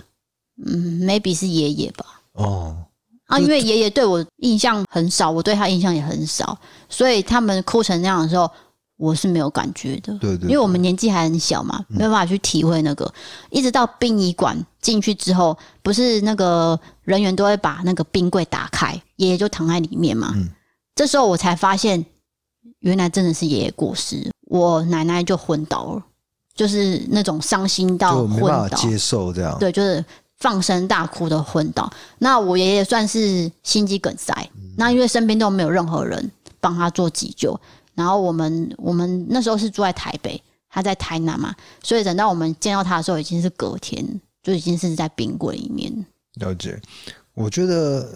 Speaker 1: 嗯，maybe 是爷爷吧。
Speaker 2: 哦，
Speaker 1: 啊，因为爷爷对我印象很少，我对他印象也很少，所以他们哭成那样的时候，我是没有感觉的。
Speaker 2: 对对对嗯
Speaker 1: 因为我们年纪还很小嘛，没有办法去体会那个。一直到殡仪馆进去之后，不是那个人员都会把那个冰柜打开，爷爷就躺在里面嘛。
Speaker 2: 嗯
Speaker 1: 这时候我才发现，原来真的是爷爷过世，我奶奶就昏倒了，就是那种伤心到
Speaker 2: 就
Speaker 1: 昏
Speaker 2: 没办法
Speaker 1: 倒。
Speaker 2: 接受这样。
Speaker 1: 对，就是放声大哭的昏倒。那我爷爷算是心肌梗塞，
Speaker 2: 嗯
Speaker 1: 那因为身边都没有任何人帮他做急救，然后我们我们那时候是住在台北，他在台南嘛，所以等到我们见到他的时候已经是隔天，就已经是在冰柜里面。
Speaker 2: 了解，我觉得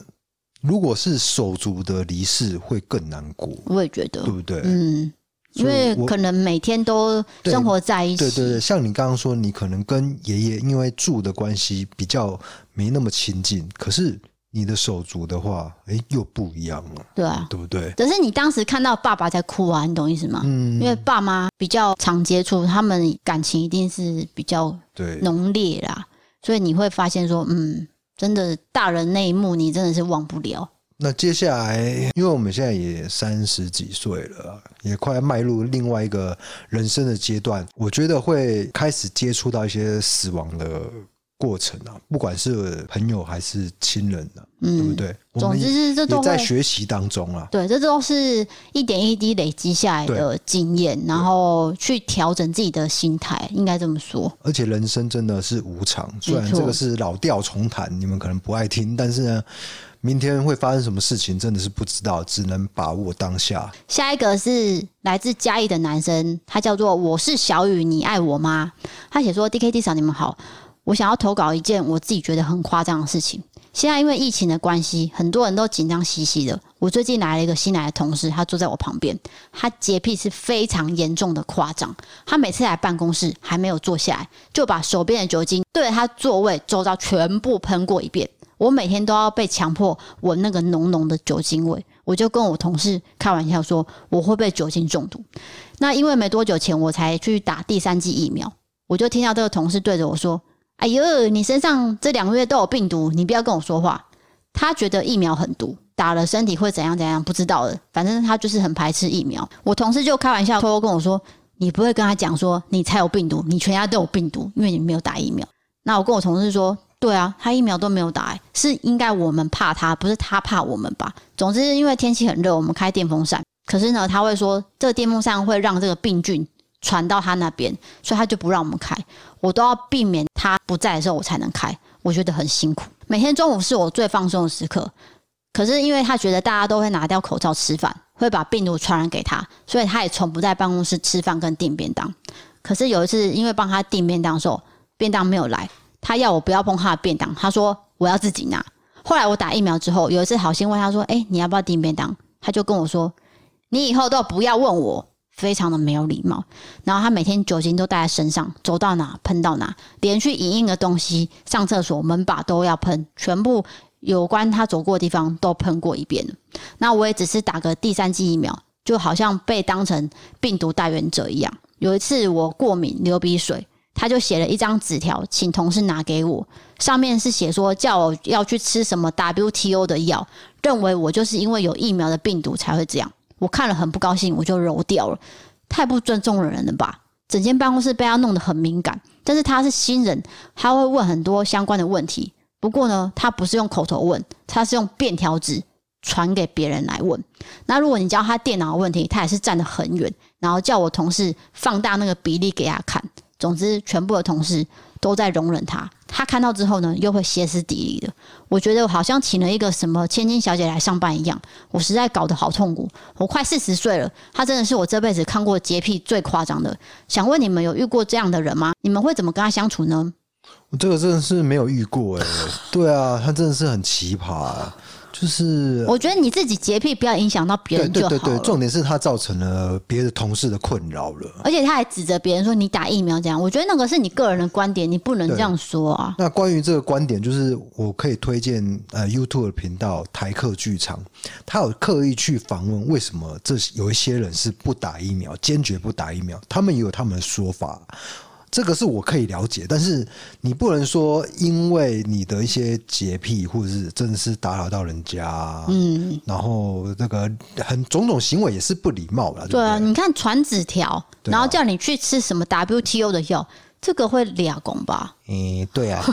Speaker 2: 如果是手足的离世会更难过，
Speaker 1: 我也觉得
Speaker 2: 对，不对？
Speaker 1: 嗯，因
Speaker 2: 所以
Speaker 1: 为
Speaker 2: 我
Speaker 1: 可能每天都
Speaker 2: 对
Speaker 1: 生活在一起，
Speaker 2: 对对对，像你刚刚说，你可能跟爷爷因为住的关系比较没那么亲近，可是你的手足的话，哎，又不一样了，
Speaker 1: 对啊。
Speaker 2: 对不对？
Speaker 1: 只是你当时看到爸爸在哭啊，你懂意思
Speaker 2: 嗯
Speaker 1: 吗？因为爸妈比较常接触，他们感情一定是比较
Speaker 2: 对，
Speaker 1: 浓烈啦，所以你会发现说，嗯，真的大人那一幕你真的是忘不了。
Speaker 2: 那接下来，因为我们现在也三十几岁了啊，也快要迈入另外一个人生的阶段，我觉得会开始接触到一些死亡的过程啊，不管是朋友还是亲人啊，对不
Speaker 1: 嗯，
Speaker 2: 对？我
Speaker 1: 总
Speaker 2: 们
Speaker 1: 之
Speaker 2: 也
Speaker 1: 是这都
Speaker 2: 也
Speaker 1: 会
Speaker 2: 在学习当中啊，
Speaker 1: 对，这都是一点一滴累积下来的经验，然后去调整自己的心态，应该这么说。
Speaker 2: 而且人生真的是无常，虽然
Speaker 1: 错
Speaker 2: 这个是老调重弹，你们可能不爱听，但是呢，明天会发生什么事情真的是不知道，只能把握当下。
Speaker 1: 下一个是来自嘉义的男生，他叫做我是小雨，你爱我吗？他写说：“D K D 嫂，你们好，我想要投稿一件我自己觉得很夸张的事情。现在因为疫情的关系，很多人都紧张兮兮的。我最近来了一个新来的同事，他坐在我旁边，他洁癖是非常严重的夸张。他每次来办公室还没有坐下来，就把手边的酒精对着他座位周遭全部喷过一遍。我每天都要被强迫闻那个浓浓的酒精味，我就跟我同事开玩笑说我会被酒精中毒。那因为没多久前我才去打第三剂疫苗，我就听到这个同事对着我说：“哎呦，你身上这两个月都有病毒，你不要跟我说话。”他觉得疫苗很毒，打了身体会怎样怎样，不知道的。反正他就是很排斥疫苗。我同事就开玩笑偷偷跟我说：“你不会跟他讲说你才有病毒，你全家都有病毒，因为你没有打疫苗。”那我跟我同事说：“对啊，他疫苗都没有打、欸，是应该我们怕他，不是他怕我们吧？”总之，因为天气很热，我们开电风扇。可是呢，他会说这个电风扇会让这个病菌传到他那边，所以他就不让我们开。我都要避免他不在的时候我才能开，我觉得很辛苦。每天中午是我最放松的时刻，可是因为他觉得大家都会拿掉口罩吃饭，会把病毒传染给他，所以他也从不在办公室吃饭跟订便当。可是有一次，因为帮他订便当的时候，便当没有来，他要我不要碰他的便当，他说我要自己拿。后来我打疫苗之后，有一次好心问他说：“哎、你要不要订便当？”他就跟我说：“你以后都不要问我，非常的没有礼貌。然后他每天酒精都带在身上，走到哪喷到哪，连去影印的东西、上厕所门把都要喷，全部有关他走过的地方都喷过一遍了。那我也只是打个第三剂疫苗，就好像被当成病毒带源者一样。有一次我过敏流鼻水，他就写了一张纸条，请同事拿给我，上面是写说叫我要去吃什么 WTO 的药，认为我就是因为有疫苗的病毒才会这样。我看了很不高兴，我就揉掉了，太不尊重人了吧！整间办公室被他弄得很敏感，但是他是新人，他会问很多相关的问题。不过呢，他不是用口头问，他是用便条纸传给别人来问。那如果你教他电脑的问题，他也是站得很远，然后叫我同事放大那个比例给他看。总之，全部的同事都在容忍他。他看到之后呢，又会歇斯底里的。我觉得我好像请了一个什么千金小姐来上班一样，我实在搞得好痛苦。我快四十岁了，他真的是我这辈子看过洁癖最夸张的。想问你们有遇过这样的人吗？你们会怎么跟他相处呢？
Speaker 2: 我这个真的是没有遇过哎、对啊，他真的是很奇葩、就是
Speaker 1: 我觉得你自己洁癖不要影响到别
Speaker 2: 对
Speaker 1: 人就
Speaker 2: 对
Speaker 1: 好了。
Speaker 2: 对对，重点是他造成了别的同事的困扰了。
Speaker 1: 而且他还指责别人说你打疫苗这样，我觉得那个是你个人的观点，你不能这样说啊。
Speaker 2: 那关于这个观点，就是我可以推荐呃 YouTube 的频道台客剧场，他有刻意去访问为什么这有一些人是不打疫苗，坚决不打疫苗，他们也有他们的说法。这个是我可以了解，但是你不能说因为你的一些洁癖，或者是真的是打扰到人家，嗯，然后这个很种种行为也是不礼貌了，对不
Speaker 1: 对
Speaker 2: 对
Speaker 1: 啊，你看传纸条，
Speaker 2: 对啊
Speaker 1: 然后叫你去吃什么 WTO 的药，这个会俩拱吧？
Speaker 2: 诶、对啊，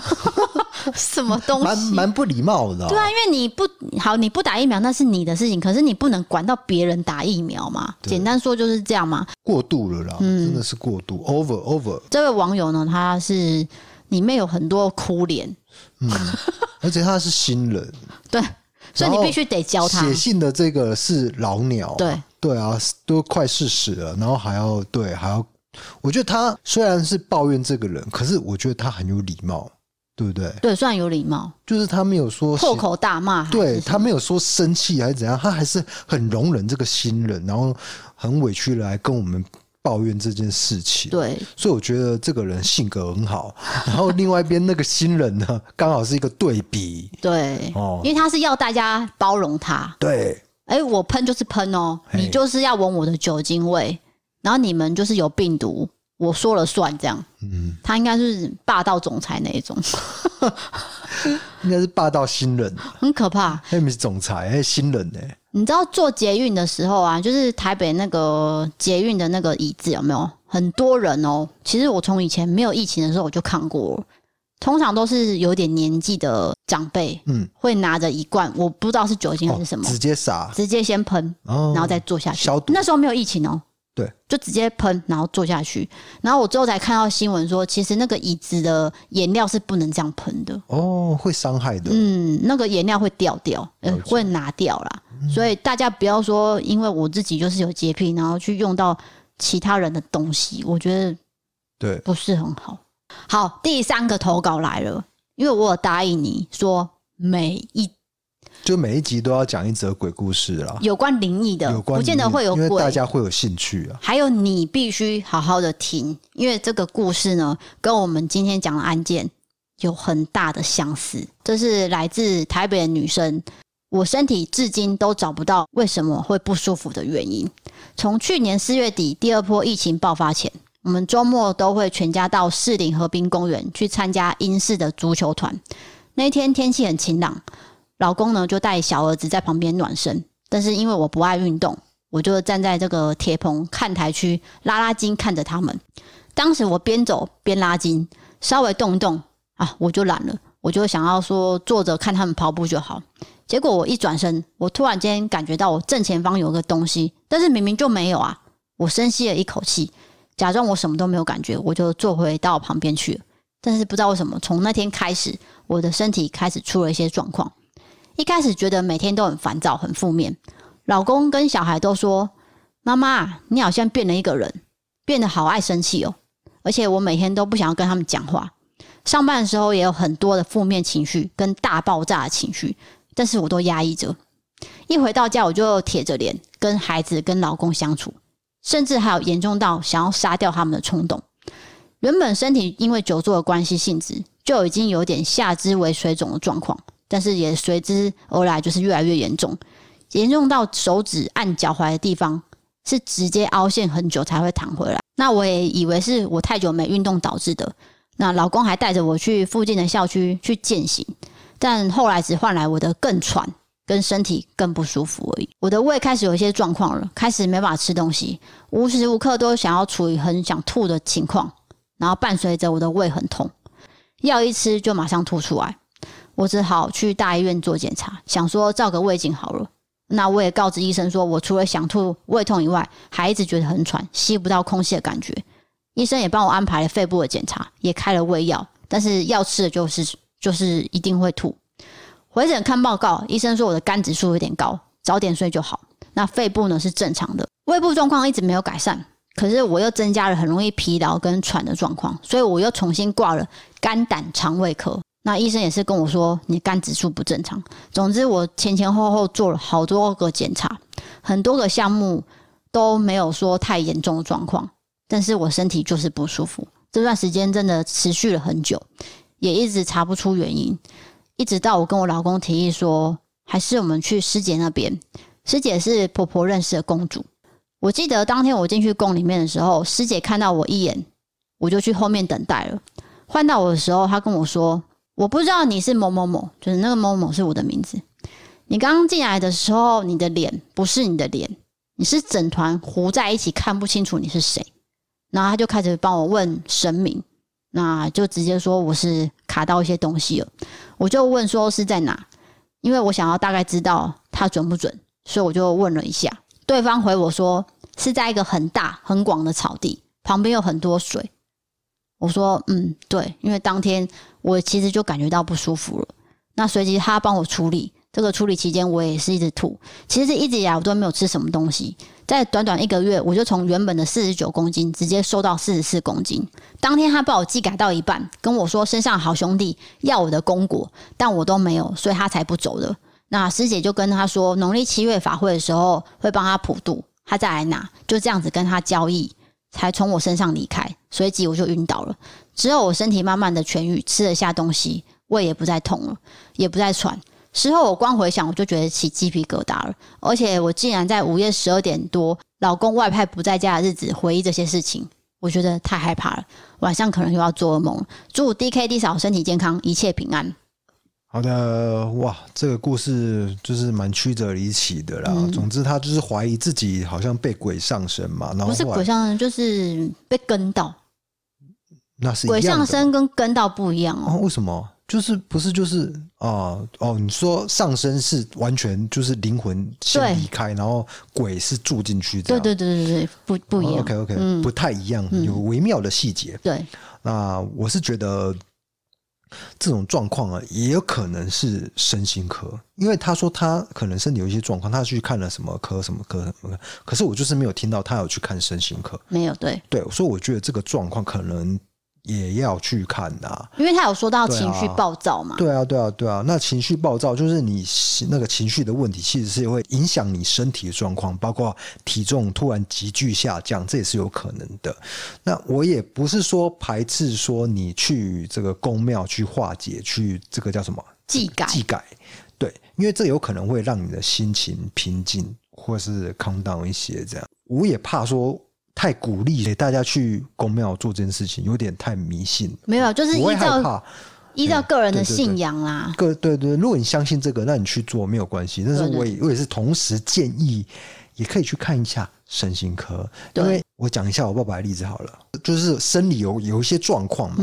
Speaker 1: 什么东
Speaker 2: 蛮
Speaker 1: 西？
Speaker 2: 蛮不礼貌 的、
Speaker 1: 对啊，因为你不好，你不打疫苗那是你的事情，可是你不能管到别人打疫苗嘛。简单说就是这样嘛。
Speaker 2: 过度了啦，
Speaker 1: 嗯
Speaker 2: 真的是过度，over over。
Speaker 1: 这位网友呢，他是里面有很多哭脸，
Speaker 2: 嗯而且他是新人，
Speaker 1: 对，所以你
Speaker 2: 然后
Speaker 1: 必须得教他
Speaker 2: 写。信的这个是老鸟啊、
Speaker 1: 对
Speaker 2: 对啊，都快四十了，然后还要对还要，我觉得他虽然是抱怨这个人，可是我觉得他很有礼貌，对不对？
Speaker 1: 对，虽然有礼貌，
Speaker 2: 就是他没有说
Speaker 1: 破，口大骂还是什么，
Speaker 2: 对他没有说生气还是怎样，他还是很容忍这个新人，然后很委屈地来跟我们抱怨这件事情。
Speaker 1: 对
Speaker 2: 所以我觉得这个人性格很好，然后另外一边那个新人呢，刚好是一个对比。
Speaker 1: 对，
Speaker 2: 哦
Speaker 1: 因为他是要大家包容他。
Speaker 2: 对，
Speaker 1: 哎、我喷就是喷哦，
Speaker 2: 嘿
Speaker 1: 你就是要闻我的酒精味，然后你们就是有病毒，我说了算这样。
Speaker 2: 嗯，
Speaker 1: 他应该是霸道总裁那一种，
Speaker 2: 应该是霸道新人，
Speaker 1: 很可怕。
Speaker 2: 那不是总裁，哎，新人呢、
Speaker 1: 你知道坐捷运的时候啊，就是台北那个捷运的那个椅子有没有很多人哦？其实我从以前没有疫情的时候我就看过，通常都是有点年纪的长辈
Speaker 2: 嗯，
Speaker 1: 会拿着一罐，我不知道是酒精还是什么，
Speaker 2: 哦直接撒，
Speaker 1: 直接先喷，
Speaker 2: 哦
Speaker 1: 然后再坐下去。
Speaker 2: 消毒
Speaker 1: 那时候没有疫情哦，
Speaker 2: 对，
Speaker 1: 就直接喷，然后坐下去。然后我之后才看到新闻说，其实那个椅子的颜料是不能这样喷的，
Speaker 2: 哦，会伤害的，
Speaker 1: 嗯，那个颜料会掉掉，呃
Speaker 2: 了解嗯
Speaker 1: 会拿掉啦。所以大家不要说，因为我自己就是有洁癖，然后去用到其他人的东西，我觉得
Speaker 2: 对，
Speaker 1: 不是很好。好，第三个投稿来了，因为我有答应你说每一
Speaker 2: 就每一集都要讲一则鬼故事啦，
Speaker 1: 有关灵异的，
Speaker 2: 啊有关
Speaker 1: 不见得
Speaker 2: 于
Speaker 1: 会有
Speaker 2: 因为
Speaker 1: 鬼
Speaker 2: 大，家会有兴趣啊，
Speaker 1: 还有你必须好好的听，因为这个故事呢，跟我们今天讲的案件有很大的相似。这是来自台北的女生，我身体至今都找不到为什么会不舒服的原因。从去年四月底第二波疫情爆发前，我们周末都会全家到士林河滨公园去参加英式的足球团。那天天气很晴朗，老公呢就带小儿子在旁边暖身，但是因为我不爱运动，我就站在这个铁棚看台区拉拉筋，看着他们。当时我边走边拉筋，稍微动一动啊，我就懒了，我就想要说坐着看他们跑步就好。结果我一转身，我突然间感觉到我正前方有个东西，但是明明就没有啊！我深吸了一口气，假装我什么都没有感觉，我就坐回到旁边去了。但是不知道为什么，从那天开始，我的身体开始出了一些状况。一开始觉得每天都很烦躁、很负面，老公跟小孩都说：“妈妈，你好像变了一个人，变得好爱生气哦。”而且我每天都不想要跟他们讲话。上班的时候也有很多的负面情绪跟大爆炸的情绪，但是我都压抑着。一回到家，我就铁着脸跟孩子、跟老公相处。甚至还有严重到想要杀掉他们的冲动。原本身体因为久坐的关系性质就已经有点下肢为水肿的状况，但是也随之而来就是越来越严重，严重到手指按脚踝的地方是直接凹陷很久才会弹回来。那我也以为是我太久没运动导致的。那老公还带着我去附近的校区去践行，但后来只换来我的更喘，跟身体更不舒服而已。我的胃开始有一些状况了，开始没办法吃东西，无时无刻都想要处于很想吐的情况，然后伴随着我的胃很痛，药一吃就马上吐出来。我只好去大医院做检查，想说照个胃镜好了。那我也告知医生说，我除了想吐、胃痛以外，还一直觉得很喘，吸不到空气的感觉。医生也帮我安排了肺部的检查，也开了胃药，但是药吃了就是就是一定会吐。回诊看报告，医生说我的肝指数有点高，早点睡就好。那肺部呢是正常的，胃部状况一直没有改善，可是我又增加了很容易疲劳跟喘的状况，所以我又重新挂了肝胆肠胃科。那医生也是跟我说，你肝指数不正常。总之，我前前后后做了好多个检查，很多个项目都没有说太严重的状况。但是我身体就是不舒服，这段时间真的持续了很久，也一直查不出原因，一直到我跟我老公提议说，还是我们去师姐那边。师姐是婆婆认识的公主，我记得当天我进去宫里面的时候，师姐看到我一眼，我就去后面等待了。换到我的时候，她跟我说：“我不知道你是某某某，就是那个某某是我的名字。你刚刚进来的时候，你的脸不是你的脸，你是整团糊在一起，看不清楚你是谁。”然后他就开始帮我问神明，那就直接说我是卡到一些东西了。我就问说是在哪，因为我想要大概知道它准不准，所以我就问了一下。对方回我说是在一个很大很广的草地，旁边有很多水。我说嗯对，因为当天我其实就感觉到不舒服了。那随即他帮我处理，这个处理期间我也是一直吐，其实一直以来我都没有吃什么东西，在短短一个月，我就从原本的四十九公斤直接瘦到四十四公斤。当天他把我寄改到一半，跟我说身上好兄弟要我的功果，但我都没有，所以他才不走的。那师姐就跟他说，农历七月法会的时候会帮他普渡，他再来拿，就这样子跟他交易，才从我身上离开。随即我就晕倒了，之后我身体慢慢的痊愈，吃了下东西，胃也不再痛了，也不再喘。事后我光回想，我就觉得起鸡皮疙瘩了。而且我竟然在午夜十二点多，老公外派不在家的日子回忆这些事情，我觉得太害怕了。晚上可能又要做噩梦了。祝 D K D 嫂身体健康，一切平安。
Speaker 2: 好的，哇，这个故事就是蛮曲折离奇的啦。
Speaker 1: 嗯
Speaker 2: 总之，他就是怀疑自己好像被鬼上身嘛，然后
Speaker 1: 不是
Speaker 2: 后来
Speaker 1: 鬼上身，就是被跟到。
Speaker 2: 那是一
Speaker 1: 鬼
Speaker 2: 样
Speaker 1: 上
Speaker 2: 的
Speaker 1: 身跟跟到不一样哦。
Speaker 2: 哦？为什么？就是不是就是啊、哦？你说上身是完全就是灵魂
Speaker 1: 对
Speaker 2: 先离开，然后鬼是住进去这
Speaker 1: 对
Speaker 2: 样，
Speaker 1: 对对对对，不不一样。嗯
Speaker 2: OK OK，、不哦太一样，有微妙的细节。
Speaker 1: 对，
Speaker 2: 那我是觉得这种状况啊，也有可能是身心科，因为他说他可能身体有一些状况，他去看了什么科、什么科、什么科，可是我就是没有听到他有去看身心科。
Speaker 1: 没有对，
Speaker 2: 对，所以我觉得这个状况可能也要去看呐、啊。
Speaker 1: 因为他有说到
Speaker 2: 对啊
Speaker 1: 情绪暴躁嘛。
Speaker 2: 对啊，对啊，对啊。那情绪暴躁就是你那个情绪的问题，其实是会影响你身体的状况，包括体重突然急剧下降，这也是有可能的。那我也不是说排斥说你去这个宫庙去化解，去这个叫什么
Speaker 1: 祭改
Speaker 2: 祭改，对，因为这有可能会让你的心情平静，或是 calm down 一些这样。我也怕说。太鼓励大家去宫庙做这件事情，有点太迷信。
Speaker 1: 没有就是
Speaker 2: 我会
Speaker 1: 依
Speaker 2: 害
Speaker 1: 照
Speaker 2: 怕，
Speaker 1: 依照个人的
Speaker 2: 对对对
Speaker 1: 信仰啦，
Speaker 2: 个对对，如果你相信这个，那你去做没有关系。但是
Speaker 1: 啊对对
Speaker 2: 我也我也是同时建议，也可以去看一下身心科，
Speaker 1: 对
Speaker 2: 因为我讲一下我爸爸的例子好了，就是生理有有一些状况嘛。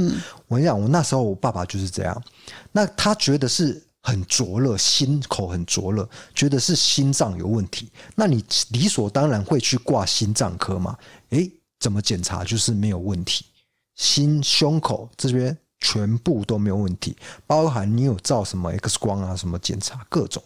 Speaker 2: 我跟你讲，我那时候我爸爸就是这样，那他觉得是。很灼热，心口很灼热，觉得是心脏有问题，那你理所当然会去挂心脏科嘛？诶，怎么检查就是没有问题，心、胸口这边全部都没有问题，包含你有照什么 X 光啊、什么检查各种。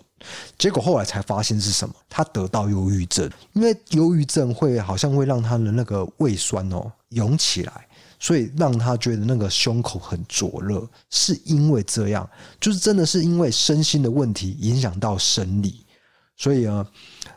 Speaker 2: 结果后来才发现是什么？他得到忧郁症，因为忧郁症会好像会让他的那个胃酸哦涌起来，所以让他觉得那个胸口很灼热，是因为这样，就是真的是因为身心的问题影响到生理，所以啊，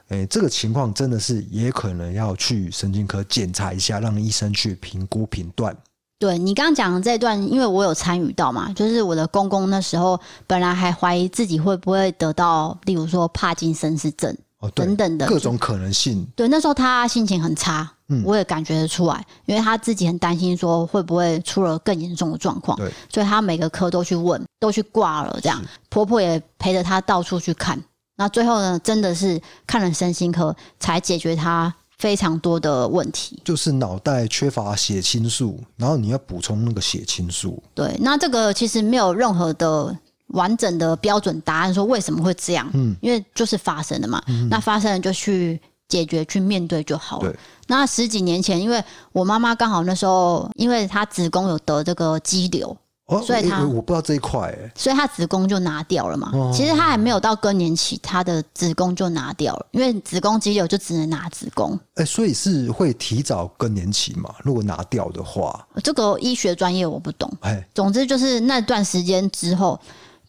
Speaker 2: 诶，这个情况真的是也可能要去神经科检查一下，让医生去评估评断。
Speaker 1: 对你刚刚讲的这段，因为我有参与到嘛，就是我的公公那时候本来还怀疑自己会不会得到，例如说帕金森氏症
Speaker 2: 哦，对
Speaker 1: 等，等的
Speaker 2: 各种可能性，
Speaker 1: 对，那时候他心情很差，
Speaker 2: 嗯
Speaker 1: 我也感觉得出来，因为他自己很担心说会不会出了更严重的状况，
Speaker 2: 对
Speaker 1: 所以他每个科都去问，都去挂了，这样
Speaker 2: 是
Speaker 1: 婆婆也陪着他到处去看。那最后呢，真的是看了身心科，才解决他非常多的问题。
Speaker 2: 就是脑袋缺乏血清素，然后你要补充那个血清素。
Speaker 1: 对，那这个其实没有任何的完整的标准答案，说为什么会这样，
Speaker 2: 嗯
Speaker 1: 因为就是发生了嘛，那发生了就去解决、去面对就好了
Speaker 2: 对。
Speaker 1: 那十几年前，因为我妈妈刚好那时候，因为她子宫有得这个肌瘤，
Speaker 2: 哦，
Speaker 1: 所以
Speaker 2: 诶
Speaker 1: 他
Speaker 2: 我不知道这一块、诶
Speaker 1: 所以她子宫就拿掉了嘛。
Speaker 2: 哦
Speaker 1: 其实她还没有到更年期，她的子宫就拿掉了，因为子宫肌瘤就只能拿子宫。
Speaker 2: 诶所以是会提早更年期嘛？如果拿掉的话，
Speaker 1: 这个医学专业我不懂，
Speaker 2: 哎，
Speaker 1: 总之就是那段时间之后，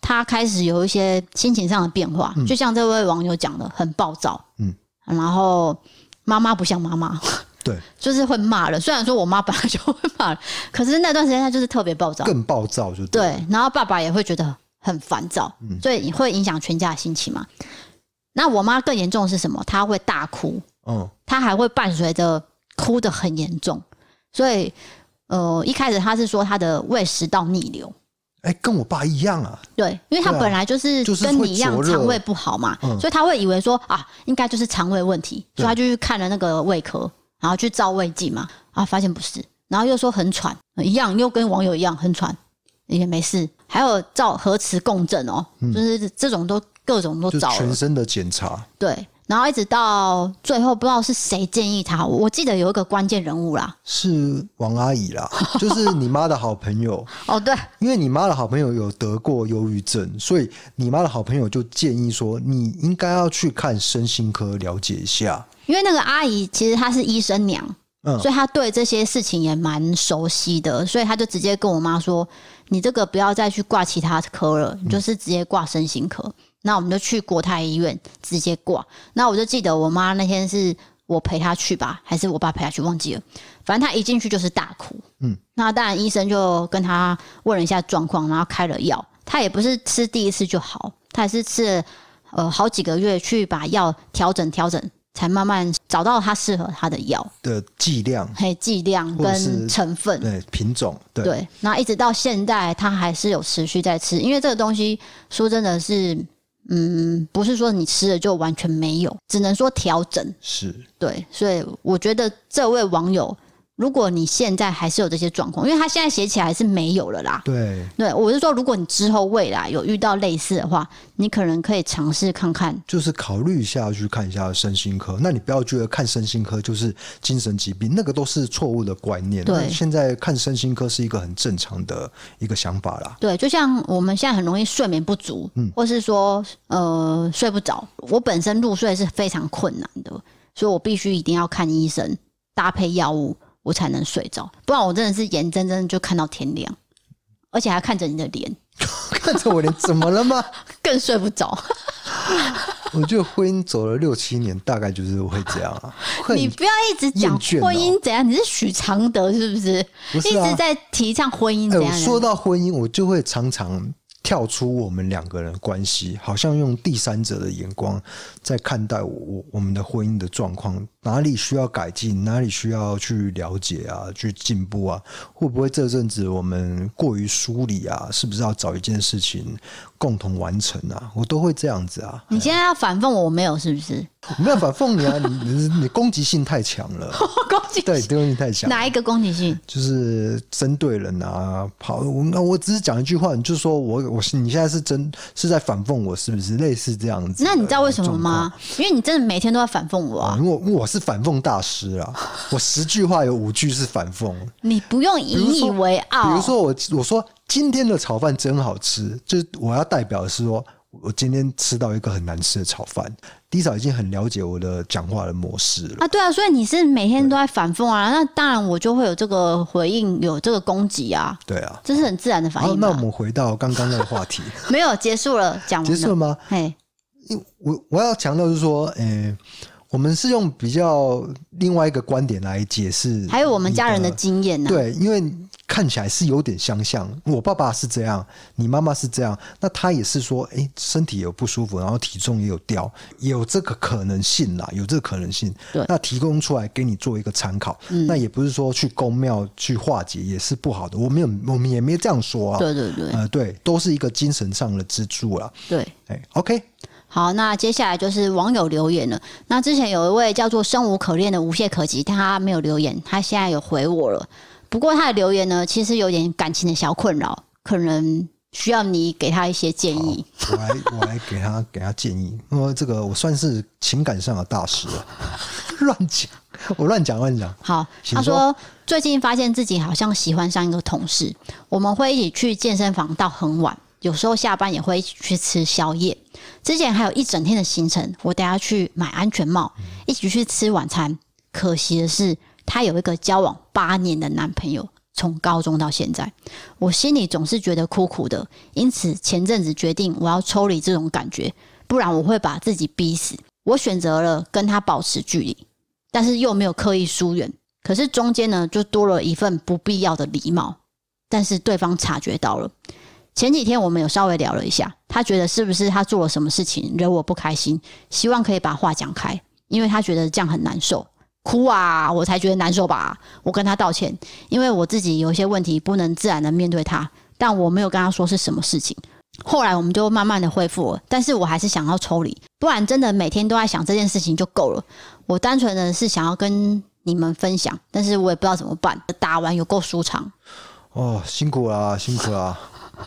Speaker 1: 他开始有一些心情上的变化，就像这位网友讲的，很暴躁，
Speaker 2: 嗯，
Speaker 1: 然后妈妈不像妈妈，
Speaker 2: 对，
Speaker 1: 就是会骂人。虽然说我妈本来就会骂人，可是那段时间她就是特别暴躁，
Speaker 2: 更暴躁就对了。
Speaker 1: 对，然后爸爸也会觉得很烦躁，
Speaker 2: 嗯
Speaker 1: 所以会影响全家的心情嘛。那我妈更严重的是什么？她会大哭，
Speaker 2: 嗯，
Speaker 1: 他还会伴随着哭得很严重，所以呃，一开始他是说他的胃食道逆流，
Speaker 2: 哎、跟我爸一样啊。
Speaker 1: 对，因为他
Speaker 2: 对啊
Speaker 1: 本来就是
Speaker 2: 就是
Speaker 1: 跟
Speaker 2: 会
Speaker 1: 你一样
Speaker 2: 灼热
Speaker 1: 肠胃不好嘛，
Speaker 2: 嗯
Speaker 1: 所以他会以为说啊，应该就是肠胃问题，所
Speaker 2: 对
Speaker 1: 以他就去看了那个胃科，然后去照胃镜嘛，啊，发现不是，然后又说很喘，一样又跟网友一样很喘，也没事，还有照核磁共振哦，就是这种都各种都
Speaker 2: 嗯就
Speaker 1: 找了
Speaker 2: 全，身的检查，
Speaker 1: 对。然后一直到最后，不知道是谁建议他，我记得有一个关键人物啦，
Speaker 2: 是王阿姨啦，就是你妈的好朋友，
Speaker 1: 哦，对，
Speaker 2: 因为你妈的好朋友有得过忧郁症，所以你妈的好朋友就建议说，你应该要去看身心科了解一下。
Speaker 1: 因为那个阿姨其实她是医生娘，
Speaker 2: 嗯
Speaker 1: 所以她对这些事情也蛮熟悉的，所以她就直接跟我妈说：“你这个不要再去挂其他科
Speaker 2: 嗯
Speaker 1: 了，你就是直接挂身心科。那我们就去国泰医院直接挂。那我就记得我妈那天是我陪她去吧，还是我爸陪她去，忘记了。反正她一进去就是大哭，
Speaker 2: 嗯，
Speaker 1: 那当然医生就跟她问了一下状况，然后开了药。她也不是吃第一次就好，她也是吃了呃好几个月去把药调整调整，才慢慢找到她适合她的药，
Speaker 2: 的剂量、
Speaker 1: 还有剂量
Speaker 2: 或者是
Speaker 1: 跟成分。
Speaker 2: 对品种，对，
Speaker 1: 对，那一直到现在，他还是有持续在吃，因为这个东西说真的是，嗯，不是说你吃了就完全没有，只能说调整。
Speaker 2: 是
Speaker 1: 对，所以我觉得这位网友，如果你现在还是有这些状况，因为他现在写起来是没有了啦。
Speaker 2: 对，
Speaker 1: 对，我是说，如果你之后未来有遇到类似的话，你可能可以尝试看看。
Speaker 2: 就是考虑一下去看一下身心科。那你不要觉得看身心科就是精神疾病，那个都是错误的观念。
Speaker 1: 对
Speaker 2: 那现在看身心科是一个很正常的一个想法啦。
Speaker 1: 对，就像我们现在很容易睡眠不足，
Speaker 2: 嗯
Speaker 1: 或是说呃睡不着。我本身入睡是非常困难的，所以我必须一定要看医生，搭配药物，我才能睡着。不然我真的是眼睁睁就看到天亮，而且还看着你的脸，
Speaker 2: 看着我脸怎么了吗？
Speaker 1: 更睡不着。
Speaker 2: 我觉得婚姻走了六七年，大概就是会这样 啊。会
Speaker 1: 你不要一直讲
Speaker 2: 厌倦哦
Speaker 1: 婚姻怎样，你是许常德是不是？
Speaker 2: 不是
Speaker 1: 一
Speaker 2: 啊
Speaker 1: 直在提倡婚姻
Speaker 2: 哎、
Speaker 1: 怎
Speaker 2: 我
Speaker 1: 样？
Speaker 2: 说到婚姻，我就会常常跳出我们两个人的关系，好像用第三者的眼光在看待我我我们的婚姻的状况，哪里需要改进，哪里需要去了解啊，去进步啊，会不会这阵子我们过于梳理啊？是不是要找一件事情共同完成啊？我都会这样子啊，
Speaker 1: 你现在要反讽我没有是不 是？
Speaker 2: 我没有反讽你啊，你你你攻击性太强 了，
Speaker 1: 攻击
Speaker 2: 对，
Speaker 1: 性
Speaker 2: 你攻击性太强了。
Speaker 1: 哪一个攻击性？
Speaker 2: 就是针对人啊，跑我那我只是讲一句话，你就说我我是你现在是真是在反讽我是不是？类似这样子的状况。
Speaker 1: 那你知道为什么吗？因为你真的每天都在反讽我啊！
Speaker 2: 啊？因为我我是反讽大师啊，我十句话有五句是反讽。
Speaker 1: 你不用引以为傲。
Speaker 2: 比如说我我说今天的炒饭真好吃，就是我要代表的是说。我今天吃到一个很难吃的炒饭，迪嫂已经很了解我的讲话的模式了。
Speaker 1: 啊，对啊，所以你是每天都在反讽啊，那当然我就会有这个回应，有这个攻击啊，
Speaker 2: 对啊，
Speaker 1: 这是很自然的反
Speaker 2: 好，
Speaker 1: 应
Speaker 2: 哦那我
Speaker 1: 嘛。
Speaker 2: 们回到刚刚那个话题，
Speaker 1: 没有结束了，讲完了
Speaker 2: 结束了吗？
Speaker 1: 嘿，
Speaker 2: 我我要强调就是说，诶、我们是用比较另外一个观点来解释，
Speaker 1: 还有我们家人的
Speaker 2: 经。
Speaker 1: 经验呢、啊
Speaker 2: 对，因为看起来是有点相像。我爸爸是这样，你妈妈是这样，那他也是说，哎、身体有不舒服，然后体重也有掉，有这个可能性啦，有这个可能性。
Speaker 1: 对嗯
Speaker 2: 那提供出来给你做一个参考。那也不是说去公庙去化解也是不好的，我没有，我们也没这样说啊。
Speaker 1: 对对对
Speaker 2: 呃，对，都是一个精神上的支柱啦。
Speaker 1: 对。
Speaker 2: 哎、o k
Speaker 1: 好，那接下来就是网友留言了。那之前有一位叫做“生无可恋”的无懈可击，但他没有留言，他现在有回我了。不过他的留言呢，其实有点感情的小困扰，可能需要你给他一些建议。
Speaker 2: 我来，我来给他给他建议，因为这个我算是情感上的大师了，乱讲，我乱讲乱讲。
Speaker 1: 好，
Speaker 2: 请
Speaker 1: 他
Speaker 2: 说
Speaker 1: 说最近发现自己好像喜欢上一个同事，我们会一起去健身房到很晚，有时候下班也会一起去吃宵夜。之前还有一整天的行程，我带他去买安全帽，一起去吃晚餐。可惜的是，她有一个交往八年的男朋友，从高中到现在，我心里总是觉得苦苦的。因此前阵子决定我要抽离这种感觉，不然我会把自己逼死。我选择了跟他保持距离，但是又没有刻意疏远。可是中间呢，就多了一份不必要的礼貌，但是对方察觉到了。前几天我们有稍微聊了一下，他觉得是不是他做了什么事情惹我不开心，希望可以把话讲开，因为他觉得这样很难受，哭啊，我才觉得难受吧。我跟他道歉，因为啊我自己有一些问题不能自然的面对他，但我没有跟他说是什么事情。后来我们就慢慢的恢复了，但是我还是想要抽离，不然真的每天都在想这件事情就够了。我单纯的是想要跟你们分享，但是我也不知道怎么办。打完有够舒畅，
Speaker 2: 哦，辛苦啦，辛苦啦！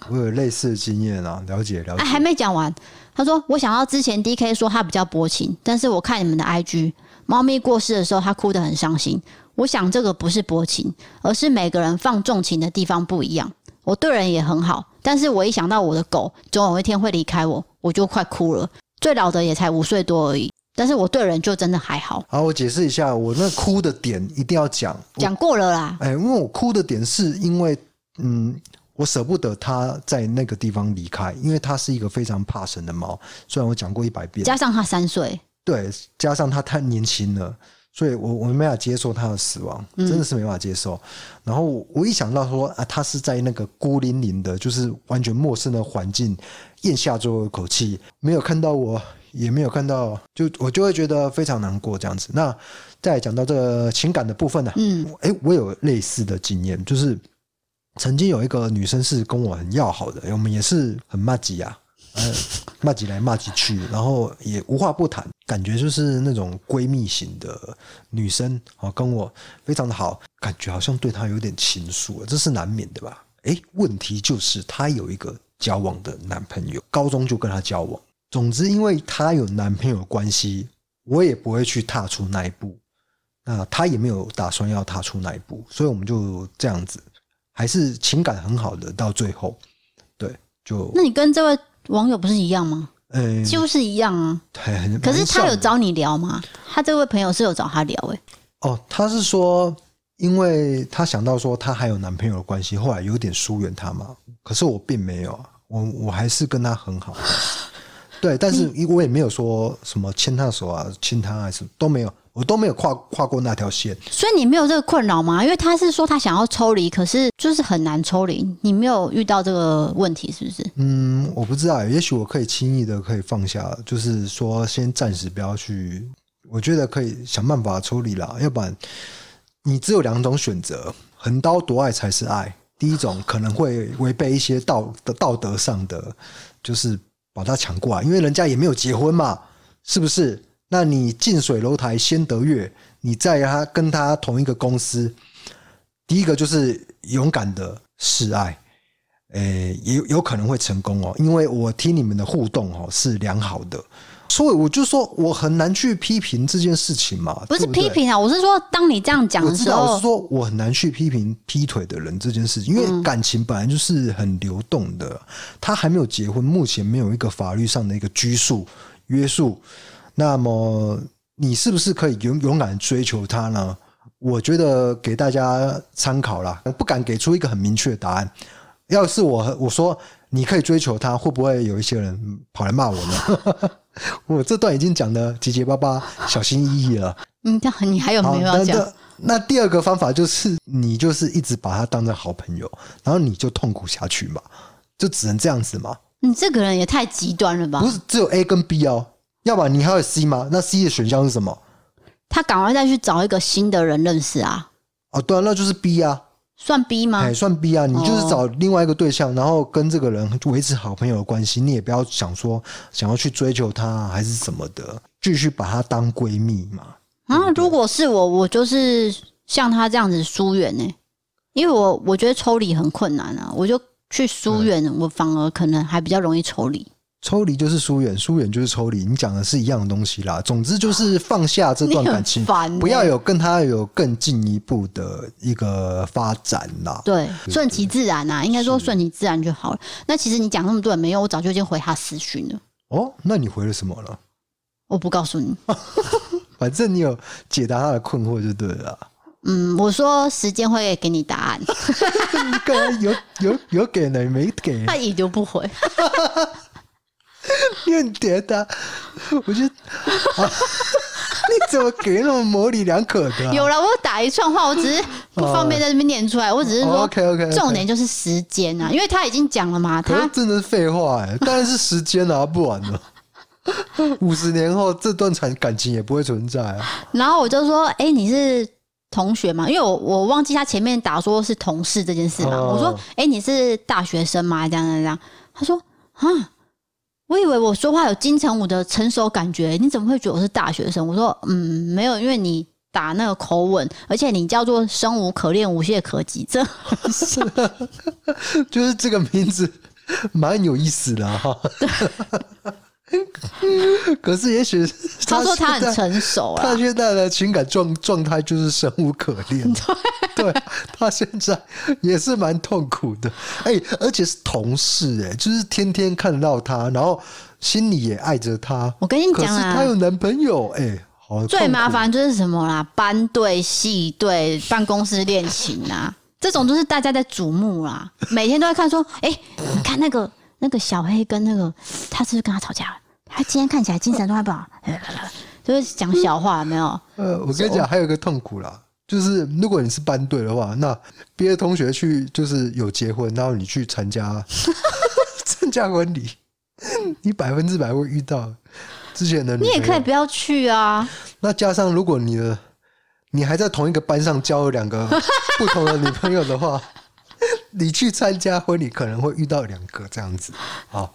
Speaker 2: 我有类似的经验啊，了解了
Speaker 1: 哎、
Speaker 2: 解。
Speaker 1: 还没讲完。他说：“我想要之前 D K 说他比较薄情，但是我看你们的 I G，猫咪过世的时候他哭得很伤心。我想这个不是薄情，而是每个人放重情的地方不一样。我对人也很好，但是我一想到我的狗总有一天会离开我，我就快哭了。最老的也才五岁多而已，但是我对人就真的还好。
Speaker 2: 好，我解释一下，我那哭的点一定要讲。
Speaker 1: 讲过了啦，
Speaker 2: 哎、因为我哭的点是因为，嗯，我舍不得它在那个地方离开，因为它是一个非常怕生的猫。虽然我讲过一百遍，
Speaker 1: 加上他三岁，
Speaker 2: 对，加上他太年轻了，所以我我没办法接受他的死亡，真的是没办法接受。然后我我一想到说啊，他是在那个孤零零的，就是完全陌生的环境，咽下最后一口气，没有看到我，也没有看到，就我就会觉得非常难过这样子。那再来讲到这个情感的部分呢、
Speaker 1: 嗯，
Speaker 2: 哎、我有类似的经验，就是曾经有一个女生是跟我很要好的，我们也是很骂吉啊，呃，骂吉来骂吉去，然后也无话不谈，感觉就是那种闺蜜型的女生哦，跟我非常的好，感觉好像对她有点情愫了，这是难免的吧？哎、问题就是她有一个交往的男朋友，高中就跟她交往，总之因为她有男朋友的关系，我也不会去踏出那一步。那他也没有打算要踏出那一步，所以我们就这样子，还是情感很好的到最后，对，就
Speaker 1: 那你跟这位网友不是一样吗？
Speaker 2: 嗯，
Speaker 1: 几乎是一样啊。
Speaker 2: 很很
Speaker 1: 可是
Speaker 2: 蛮
Speaker 1: 他
Speaker 2: 像
Speaker 1: 有
Speaker 2: 的
Speaker 1: 找你聊吗？他这位朋友是有找他聊欸诶、
Speaker 2: 哦，他是说，因为他想到说他还有男朋友的关系，后来有点疏远他嘛，可是我并没有啊，我我还是跟他很好， 对，但是我也没有说什么牵他的手啊，亲他还是都没有，我都没有跨跨过那条线，
Speaker 1: 所以你没有这个困扰吗？因为他是说他想要抽离，可是就是很难抽离。你没有遇到这个问题，是不是？
Speaker 2: 嗯，我不知道，也许我可以轻易的可以放下，就是说先暂时不要去，我觉得可以想办法处理啦，要不然你只有两种选择，横刀夺爱才是爱。第一种可能会违背一些道的道德上的，就是把他抢过来，因为人家也没有结婚嘛，是不是？那你近水楼台先得月，你在他跟他同一个公司，第一个就是勇敢的示爱，诶、也有有可能会成功哦，因为我听你们的互动哦是良好的，所以我就说我很难去批评这件事情嘛，
Speaker 1: 不是
Speaker 2: 对对
Speaker 1: 批评啊，我是说，当你这样讲
Speaker 2: 我
Speaker 1: 的
Speaker 2: 知
Speaker 1: 时
Speaker 2: 道，我
Speaker 1: 候
Speaker 2: 是，说我很难去批评劈腿的人这件事情，因
Speaker 1: 嗯
Speaker 2: 为感情本来就是很流动的，他还没有结婚，目前没有一个法律上的一个拘束约束。那么你是不是可以勇勇敢追求他呢？我觉得给大家参考啦，我不敢给出一个很明确的答案。要是我我说你可以追求他，会不会有一些人跑来骂我呢？ 我这段已经讲的结结巴巴、小心翼翼了。
Speaker 1: 嗯，那你还有
Speaker 2: 好，
Speaker 1: 没有
Speaker 2: 那
Speaker 1: 要讲？
Speaker 2: 那那第二个方法就是，你就是一直把他当成好朋友，然后你就痛苦下去嘛，就只能这样子嘛。
Speaker 1: 你这个人也太极端了吧
Speaker 2: 不！是只有 A 跟 B 哦，要不然你还有 C 吗？那 C 的选项是什么？
Speaker 1: 他赶快再去找一个新的人认识啊，
Speaker 2: 哦，对啊，那就是 B 啊，
Speaker 1: 算 B 吗
Speaker 2: 哎、？算 B 啊，你就是
Speaker 1: 哦
Speaker 2: 找另外一个对象，然后跟这个人维持好朋友的关系，你也不要想说想要去追求他啊还是什么的，继续把她当闺蜜嘛。
Speaker 1: 啊，如果是我，我就是像他这样子疏远呢、欸因为我我觉得抽离很困难啊，我就去疏远，
Speaker 2: 嗯
Speaker 1: 我反而可能还比较容易抽离。
Speaker 2: 抽离就是疏远，疏远就是抽离，你讲的是一样的东西啦。总之就是放下 这
Speaker 1: 你
Speaker 2: 段感
Speaker 1: 很
Speaker 2: 情，
Speaker 1: 烦欸、
Speaker 2: 不要有跟他有更进一步的一个发展啦。
Speaker 1: 对顺其自然啊，应该说顺其自然就好了。那其实你讲那么多也没用，我早就已经回他私讯了，
Speaker 2: 哦，那你回了什么了？
Speaker 1: 我不告诉 你。
Speaker 2: 反正你有解答他的困惑就对了啦。
Speaker 1: 嗯，我说时间会给你答 案，
Speaker 2: 你刚刚有有有给呢，没给呢
Speaker 1: 他已读不回。
Speaker 2: 啊你很甜的，我觉得、啊 你怎么给那么模棱两可的、啊？
Speaker 1: 有了，我打一串话，我只是不方便在这边念出来，我只是
Speaker 2: 哦
Speaker 1: 说
Speaker 2: ，OK，OK，OK
Speaker 1: 重点就是时间啊，因为他已经讲了嘛，
Speaker 2: 可
Speaker 1: 他
Speaker 2: 是真的是废话哎、当然是时间啊，不然呢？五十年后这段感感情也不会存在啊。
Speaker 1: 然后我就说，哎、你是同学吗？因为我我忘记他前面打说是同事这件事嘛。
Speaker 2: 哦
Speaker 1: 我说，哎、你是大学生吗？这样这样这样。他说，啊，我以为我说话有金城武的成熟感觉，你怎么会觉得我是大学生？我说，嗯，没有，因为你。打那个口吻，而且你叫做生无可恋，无懈可击，这
Speaker 2: 就是这个名字蛮有意思的哈、 可是也许
Speaker 1: 他说他
Speaker 2: 现
Speaker 1: 很
Speaker 2: 在
Speaker 1: 成熟啊，
Speaker 2: 他现在的情感状状态就是生无可恋，对，他现在也是蛮痛苦的，哎、而且是同事、哎，就是天天看到他，然后心里也爱着他，
Speaker 1: 我跟你
Speaker 2: 可
Speaker 1: 讲
Speaker 2: 是
Speaker 1: 啊，
Speaker 2: 他有男朋友，哎、好痛苦
Speaker 1: 最麻，烦就是什么啦？班队、系队、办公室恋情啊， 这种就是大家在瞩目啦，每天都在看说，哎、你看那个那个小黑跟那个他是不是跟他吵架了？他今天看起来精神都还不好， 就是讲小话，有没有？
Speaker 2: 呃，我跟你讲，还有一个痛苦啦。就是如果你是班队的话，那别的同学去就是有结婚，然后你去 参加参加婚礼，你百分之百会遇到之前的女
Speaker 1: 你也
Speaker 2: 朋友
Speaker 1: 可以不要去啊，
Speaker 2: 那加上如果你的你还在同一个班上交了两 个不同的女朋友的话，你去参加婚礼可能会遇到两个这样子啊。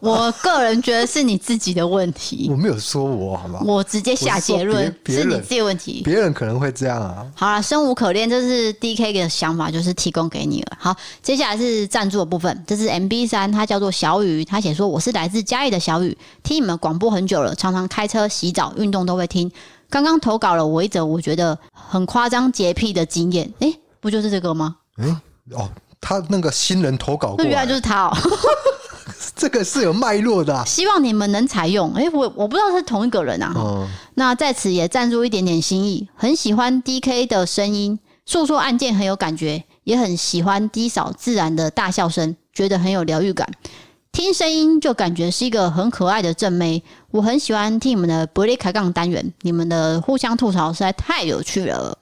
Speaker 1: 我个人觉得是你自己的问题
Speaker 2: 我，没有说 我好吗？
Speaker 1: 我直接下结
Speaker 2: 我是
Speaker 1: 论
Speaker 2: 说别别
Speaker 1: 是你
Speaker 2: 人
Speaker 1: 自己的问题。
Speaker 2: 别人可能会这样啊。
Speaker 1: 好了，生无可恋，这是 D K 的想法，就是提供给你了。好，接下来是赞助的部分，这是 M B 三，它叫做小雨，他写说我是来自嘉义的小雨，听你们广播很久了，常常开车、洗澡、运动都会听。刚刚投稿了我一则我觉得很夸张洁癖的经验，诶、不就是这个吗？
Speaker 2: 哎、哦，他那个新人投稿过
Speaker 1: 那原来
Speaker 2: 来，
Speaker 1: 就是他哦、
Speaker 2: 这个是有脉络的、啊。
Speaker 1: 希望你们能采用。诶、我我不知道是同一个人啊。
Speaker 2: 嗯，
Speaker 1: 那在此也赞助一点点心意，很喜欢 D K 的声音，诉说案件很有感觉，也很喜欢低嫂自然的大笑声，觉得很有疗愈感。听声音就感觉是一个很可爱的正妹，我很喜欢听你们的伯利开杠单元，你们的互相吐槽实在太有趣了。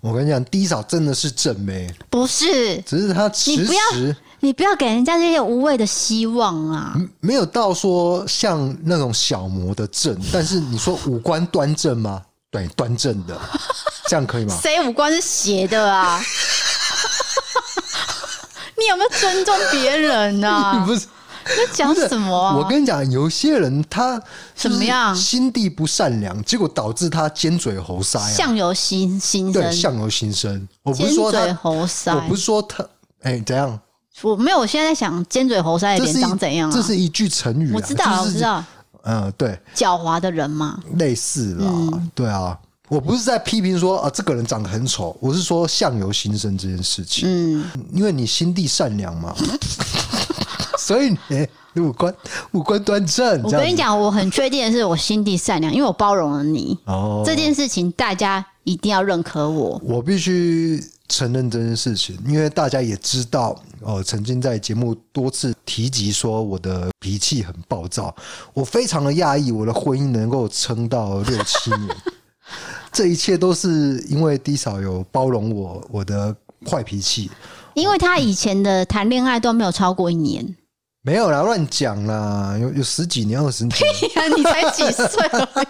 Speaker 2: 我跟你讲，低嫂真的是正妹，
Speaker 1: 不是，
Speaker 2: 只是她迟
Speaker 1: 你不要
Speaker 2: 迟
Speaker 1: 你不要给人家这些无谓的希望啊！
Speaker 2: 嗯没有到说像那种小模的正，但是你说五官端正吗？对，端正 的，这样可以吗？
Speaker 1: 谁五官是斜的啊？ 你有没有尊重别人
Speaker 2: 你
Speaker 1: 啊？
Speaker 2: 不是，
Speaker 1: 你在讲什么啊？
Speaker 2: 我跟你讲，有些人他就是
Speaker 1: 怎么样
Speaker 2: 心地不善良，结果导致他尖嘴猴腮、啊，
Speaker 1: 相由心心
Speaker 2: 对
Speaker 1: 生，
Speaker 2: 相由心生。我不
Speaker 1: 尖
Speaker 2: 是说
Speaker 1: 嘴
Speaker 2: 他，
Speaker 1: 猴腮。
Speaker 2: 我不是说他，哎、怎样？
Speaker 1: 我没有，我现在在想尖嘴猴腮的
Speaker 2: 这
Speaker 1: 脸
Speaker 2: 是一
Speaker 1: 长怎样啊？
Speaker 2: 这是一句成语、啊，
Speaker 1: 我知道啊，
Speaker 2: 就
Speaker 1: 我
Speaker 2: 是
Speaker 1: 知，道，
Speaker 2: 嗯，对，
Speaker 1: 狡猾的人嘛。
Speaker 2: 类似啦，
Speaker 1: 嗯
Speaker 2: 对啊。我不是在批评说啊，这个人长得很丑，我是说相由心生这件事情。
Speaker 1: 嗯，
Speaker 2: 因为你心地善良 嘛，所以你你五官五官端正。
Speaker 1: 我
Speaker 2: 这样
Speaker 1: 跟你
Speaker 2: 子，
Speaker 1: 讲，我很确定的是，我心地善良，因为我包容了你、
Speaker 2: 哦，
Speaker 1: 这件事情，大家一定要认可我。
Speaker 2: 我必须承认这件事情，因为大家也知道，呃，曾经在节目多次提及说我的脾气很暴躁，我非常的讶异我的婚姻能够撑到六七年，这一切都是因为 D 嫂有包容我我的坏脾气，
Speaker 1: 因为他以前的谈恋爱都没有超过一 年，
Speaker 2: 没有啦，乱讲啦，有有十几年、二十年，
Speaker 1: 你才几岁而已？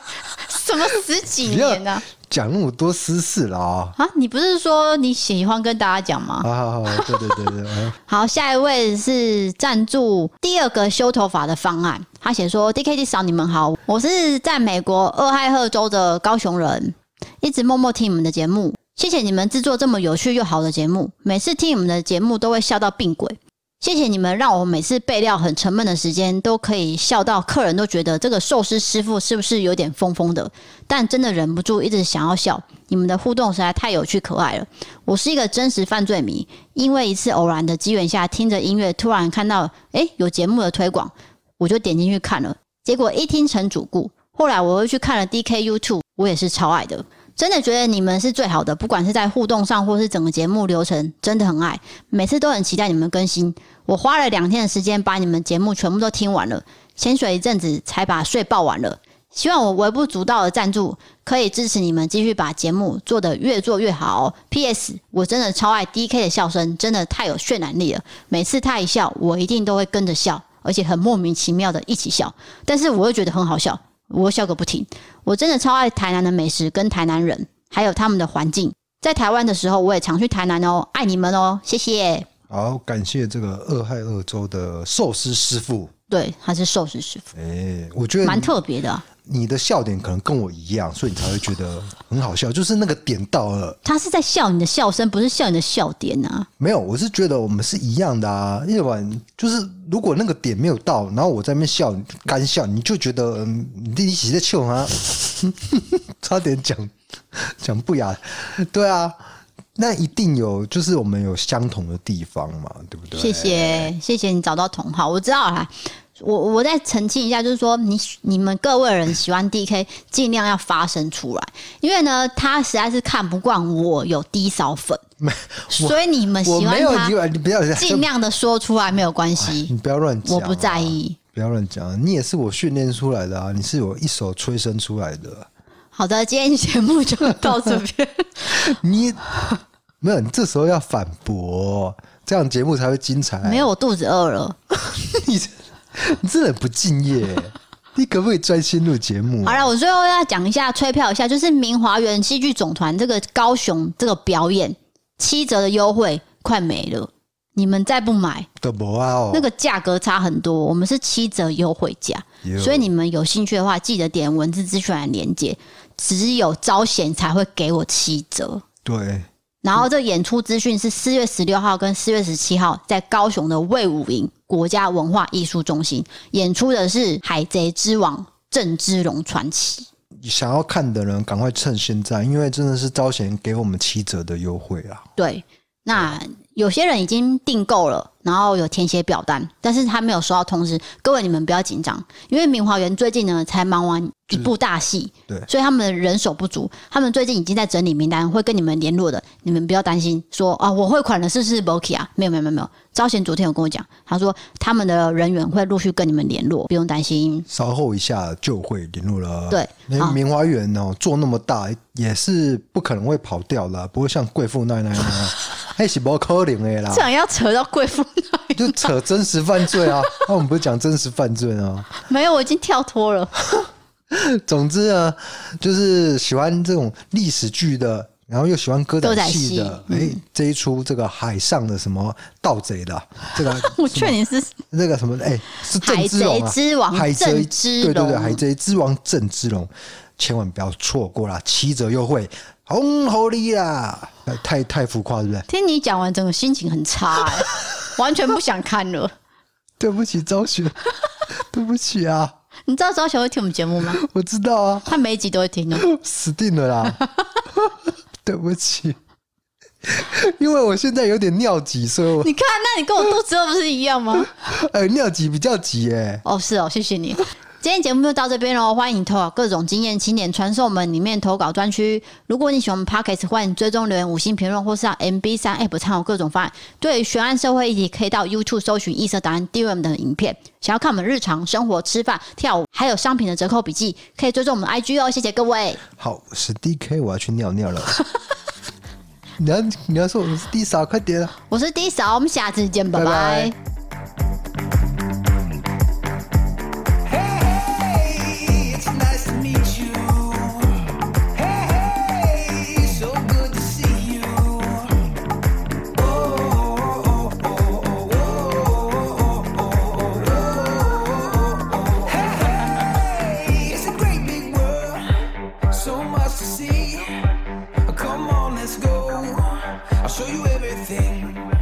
Speaker 1: 什么十几年呢、啊？
Speaker 2: 讲那么多私事啦啊！
Speaker 1: 啊，你不是说你喜欢跟大家讲吗？
Speaker 2: 啊，对对对对，啊
Speaker 1: 好，下一位是赞助第二个修头发的方案。他写说：“D K D 嫂，你们好，我是在美国俄亥俄州的高雄人，一直默默听你们的节目，谢谢你们制作这么有趣又好的节目，每次听你们的节目都会笑到病鬼。”谢谢你们，让我每次备料很沉闷的时间都可以笑到客人都觉得这个寿司师傅是不是有点疯疯的？但真的忍不住一直想要笑。你们的互动实在太有趣可爱了。我是一个真实犯罪迷，因为一次偶然的机缘下，听着音乐突然看到诶有节目的推广，我就点进去看了，结果一听成主顾。后来我又去看了 DK YouTube，我也是超爱的。真的觉得你们是最好的，不管是在互动上，或是整个节目流程，真的很爱，每次都很期待你们更新。我花了两天的时间把你们节目全部都听完了，潜水一阵子才把睡爆完了。希望我微不足道的赞助可以支持你们继续把节目做得越做越好哦、P.S. 我真的超爱 D.K 的笑声，真的太有渲染力了。每次他一笑，我一定都会跟着笑，而且很莫名其妙的一起笑，但是我又觉得很好笑，我又笑个不停。我真的超爱台南的美食跟台南人，还有他们的环境。在台湾的时候，我也常去台南哦，爱你们哦，谢谢。
Speaker 2: 好，感谢这个俄亥俄州的寿司师傅。
Speaker 1: 对，他是寿司师傅，
Speaker 2: 哎、我觉得
Speaker 1: 蛮特别的啊、
Speaker 2: 你的笑点可能跟我一样，所以你才会觉得很好笑，就是那个点到了。
Speaker 1: 他是在笑你的笑声，不是笑你的笑点啊。
Speaker 2: 没有，我是觉得我们是一样的啊，要不然就是如果那个点没有到，然后我在那边笑干笑，你就觉得嗯，你一起在笑啊，差点讲讲不雅，对啊，那一定有，就是我们有相同的地方嘛，对不对？
Speaker 1: 谢谢，谢谢你找到同好，我知道啦。我我再澄清一下，就是说你你们各位人喜欢 DK，尽量要发声出来，因为呢，他实在是看不惯我有低扫粉，所以你们
Speaker 2: 我
Speaker 1: 喜
Speaker 2: 没
Speaker 1: 欢
Speaker 2: 有
Speaker 1: 他
Speaker 2: 以，为你不要
Speaker 1: 尽量的说出来没有关系
Speaker 2: 你，不要乱讲、啊
Speaker 1: 我不在，意。
Speaker 2: 不要乱讲，啊你也是我训练出来的啊，你是我一手催生出来的，啊
Speaker 1: 好的，今天节目就到这 边。
Speaker 2: 你 没有，你这时候要反驳，这样节目才会精彩。
Speaker 1: 没有，我肚子饿了。
Speaker 2: 你这，你真的很不敬业，你可不可以专心录节目
Speaker 1: 好
Speaker 2: 啊、
Speaker 1: 了，我最后要讲一下，吹票一下，就是明华园戏剧总团这个高雄这个表演，七折的优惠快没了，你们再不买，
Speaker 2: 的博啊哦，
Speaker 1: 那个价格差很多。我们是七折优惠价，
Speaker 2: 哟
Speaker 1: 所以你们有兴趣的话，记得点文字资讯栏连接，只有招贤才会给我七折。
Speaker 2: 对，
Speaker 1: 然后这演出资讯是四月十六号跟四月十七号在高雄的魏武营国家文化艺术中心演出的是《海贼之王》郑芝龙传奇。
Speaker 2: 想要看的人赶快趁现在，因为真的是招贤给我们七折的优惠啊。
Speaker 1: 对，那有些人已经订购了，然后有填写表单，但是他没有收到通知。各位你们不要紧张，因为明华园最近呢才忙完一部大戏，
Speaker 2: 对
Speaker 1: 所以他们的人手不足，他们最近已经在整理名单，会跟你们联络的。你们不要担心说啊，我汇款了是不是 b o k i 啊？没有没有没有没有，招贤昨天有跟我讲，他说他们的人员会陆续跟你们联络，不用担心。
Speaker 2: 稍后一下就会联络了。
Speaker 1: 对
Speaker 2: 因
Speaker 1: 好
Speaker 2: 为明华园哦，做那么大也是不可能会跑掉的啊，不会像贵妇奶奶那 样，还是不可能的啦。
Speaker 1: 然要扯到贵妇那里，
Speaker 2: 就扯真实犯罪啊！那我们不是讲真实犯罪啊？
Speaker 1: 没有，我已经跳脱了。
Speaker 2: 总之呢，就是喜欢这种历史剧的，然后又喜欢歌
Speaker 1: 歌
Speaker 2: 仔
Speaker 1: 仔
Speaker 2: 戏
Speaker 1: 戏嗯
Speaker 2: 的。哎、这一出这个海上的什么盗贼的啊，这个
Speaker 1: 我劝你是
Speaker 2: 那个什么，哎、是郑芝龙
Speaker 1: 海
Speaker 2: 啊，
Speaker 1: 贼之王
Speaker 2: 海贼
Speaker 1: 郑芝
Speaker 2: 对对对，
Speaker 1: 龙
Speaker 2: 海贼之王郑芝龙，千万不要错过啦，七折优惠，红狐狸啦，呃太太浮夸是不是？
Speaker 1: 听你讲完，整个心情很差、欸，完全不想看了。
Speaker 2: 对不起，昭雪， 对不起啊，
Speaker 1: 你知道招小会听我们节目吗？
Speaker 2: 我知道啊，
Speaker 1: 他每一集都会听哦。
Speaker 2: 死定了啦！ 对不起，因为我现在有点尿急，所以我
Speaker 1: 你看，那你跟我肚子饿不是一样吗？
Speaker 2: 呃尿急比较急哎、
Speaker 1: 哦，是哦，谢谢你。今天节目就到这边喽，欢迎投稿各种经验青年传送门里面投稿专区。如果你喜欢我们 Podcast，欢迎追踪留言、五星评论，或是到 MB 三 App 参考各种方案。对于悬案社会议题，可以到 YouTube 搜寻“异色答案 DRAM” 的影片。想要看我们日常生活、吃饭、跳舞，还有商品的折扣笔记，可以追踪我们的 IG 哦。谢谢各位，
Speaker 2: 好，是 D K，我要去尿尿了。你要你要说我是 D 嫂，快点啊！
Speaker 1: 我是 D 嫂，我们下次见，拜
Speaker 2: 拜
Speaker 1: 拜
Speaker 2: 拜。
Speaker 3: Hey, it's nice to meet you. Hey, hey, so good to see you. Oh, oh, oh, oh, oh, oh, oh, oh, Hey, it's a great big world, so much to see. Come on, let's go. I'll show you everything.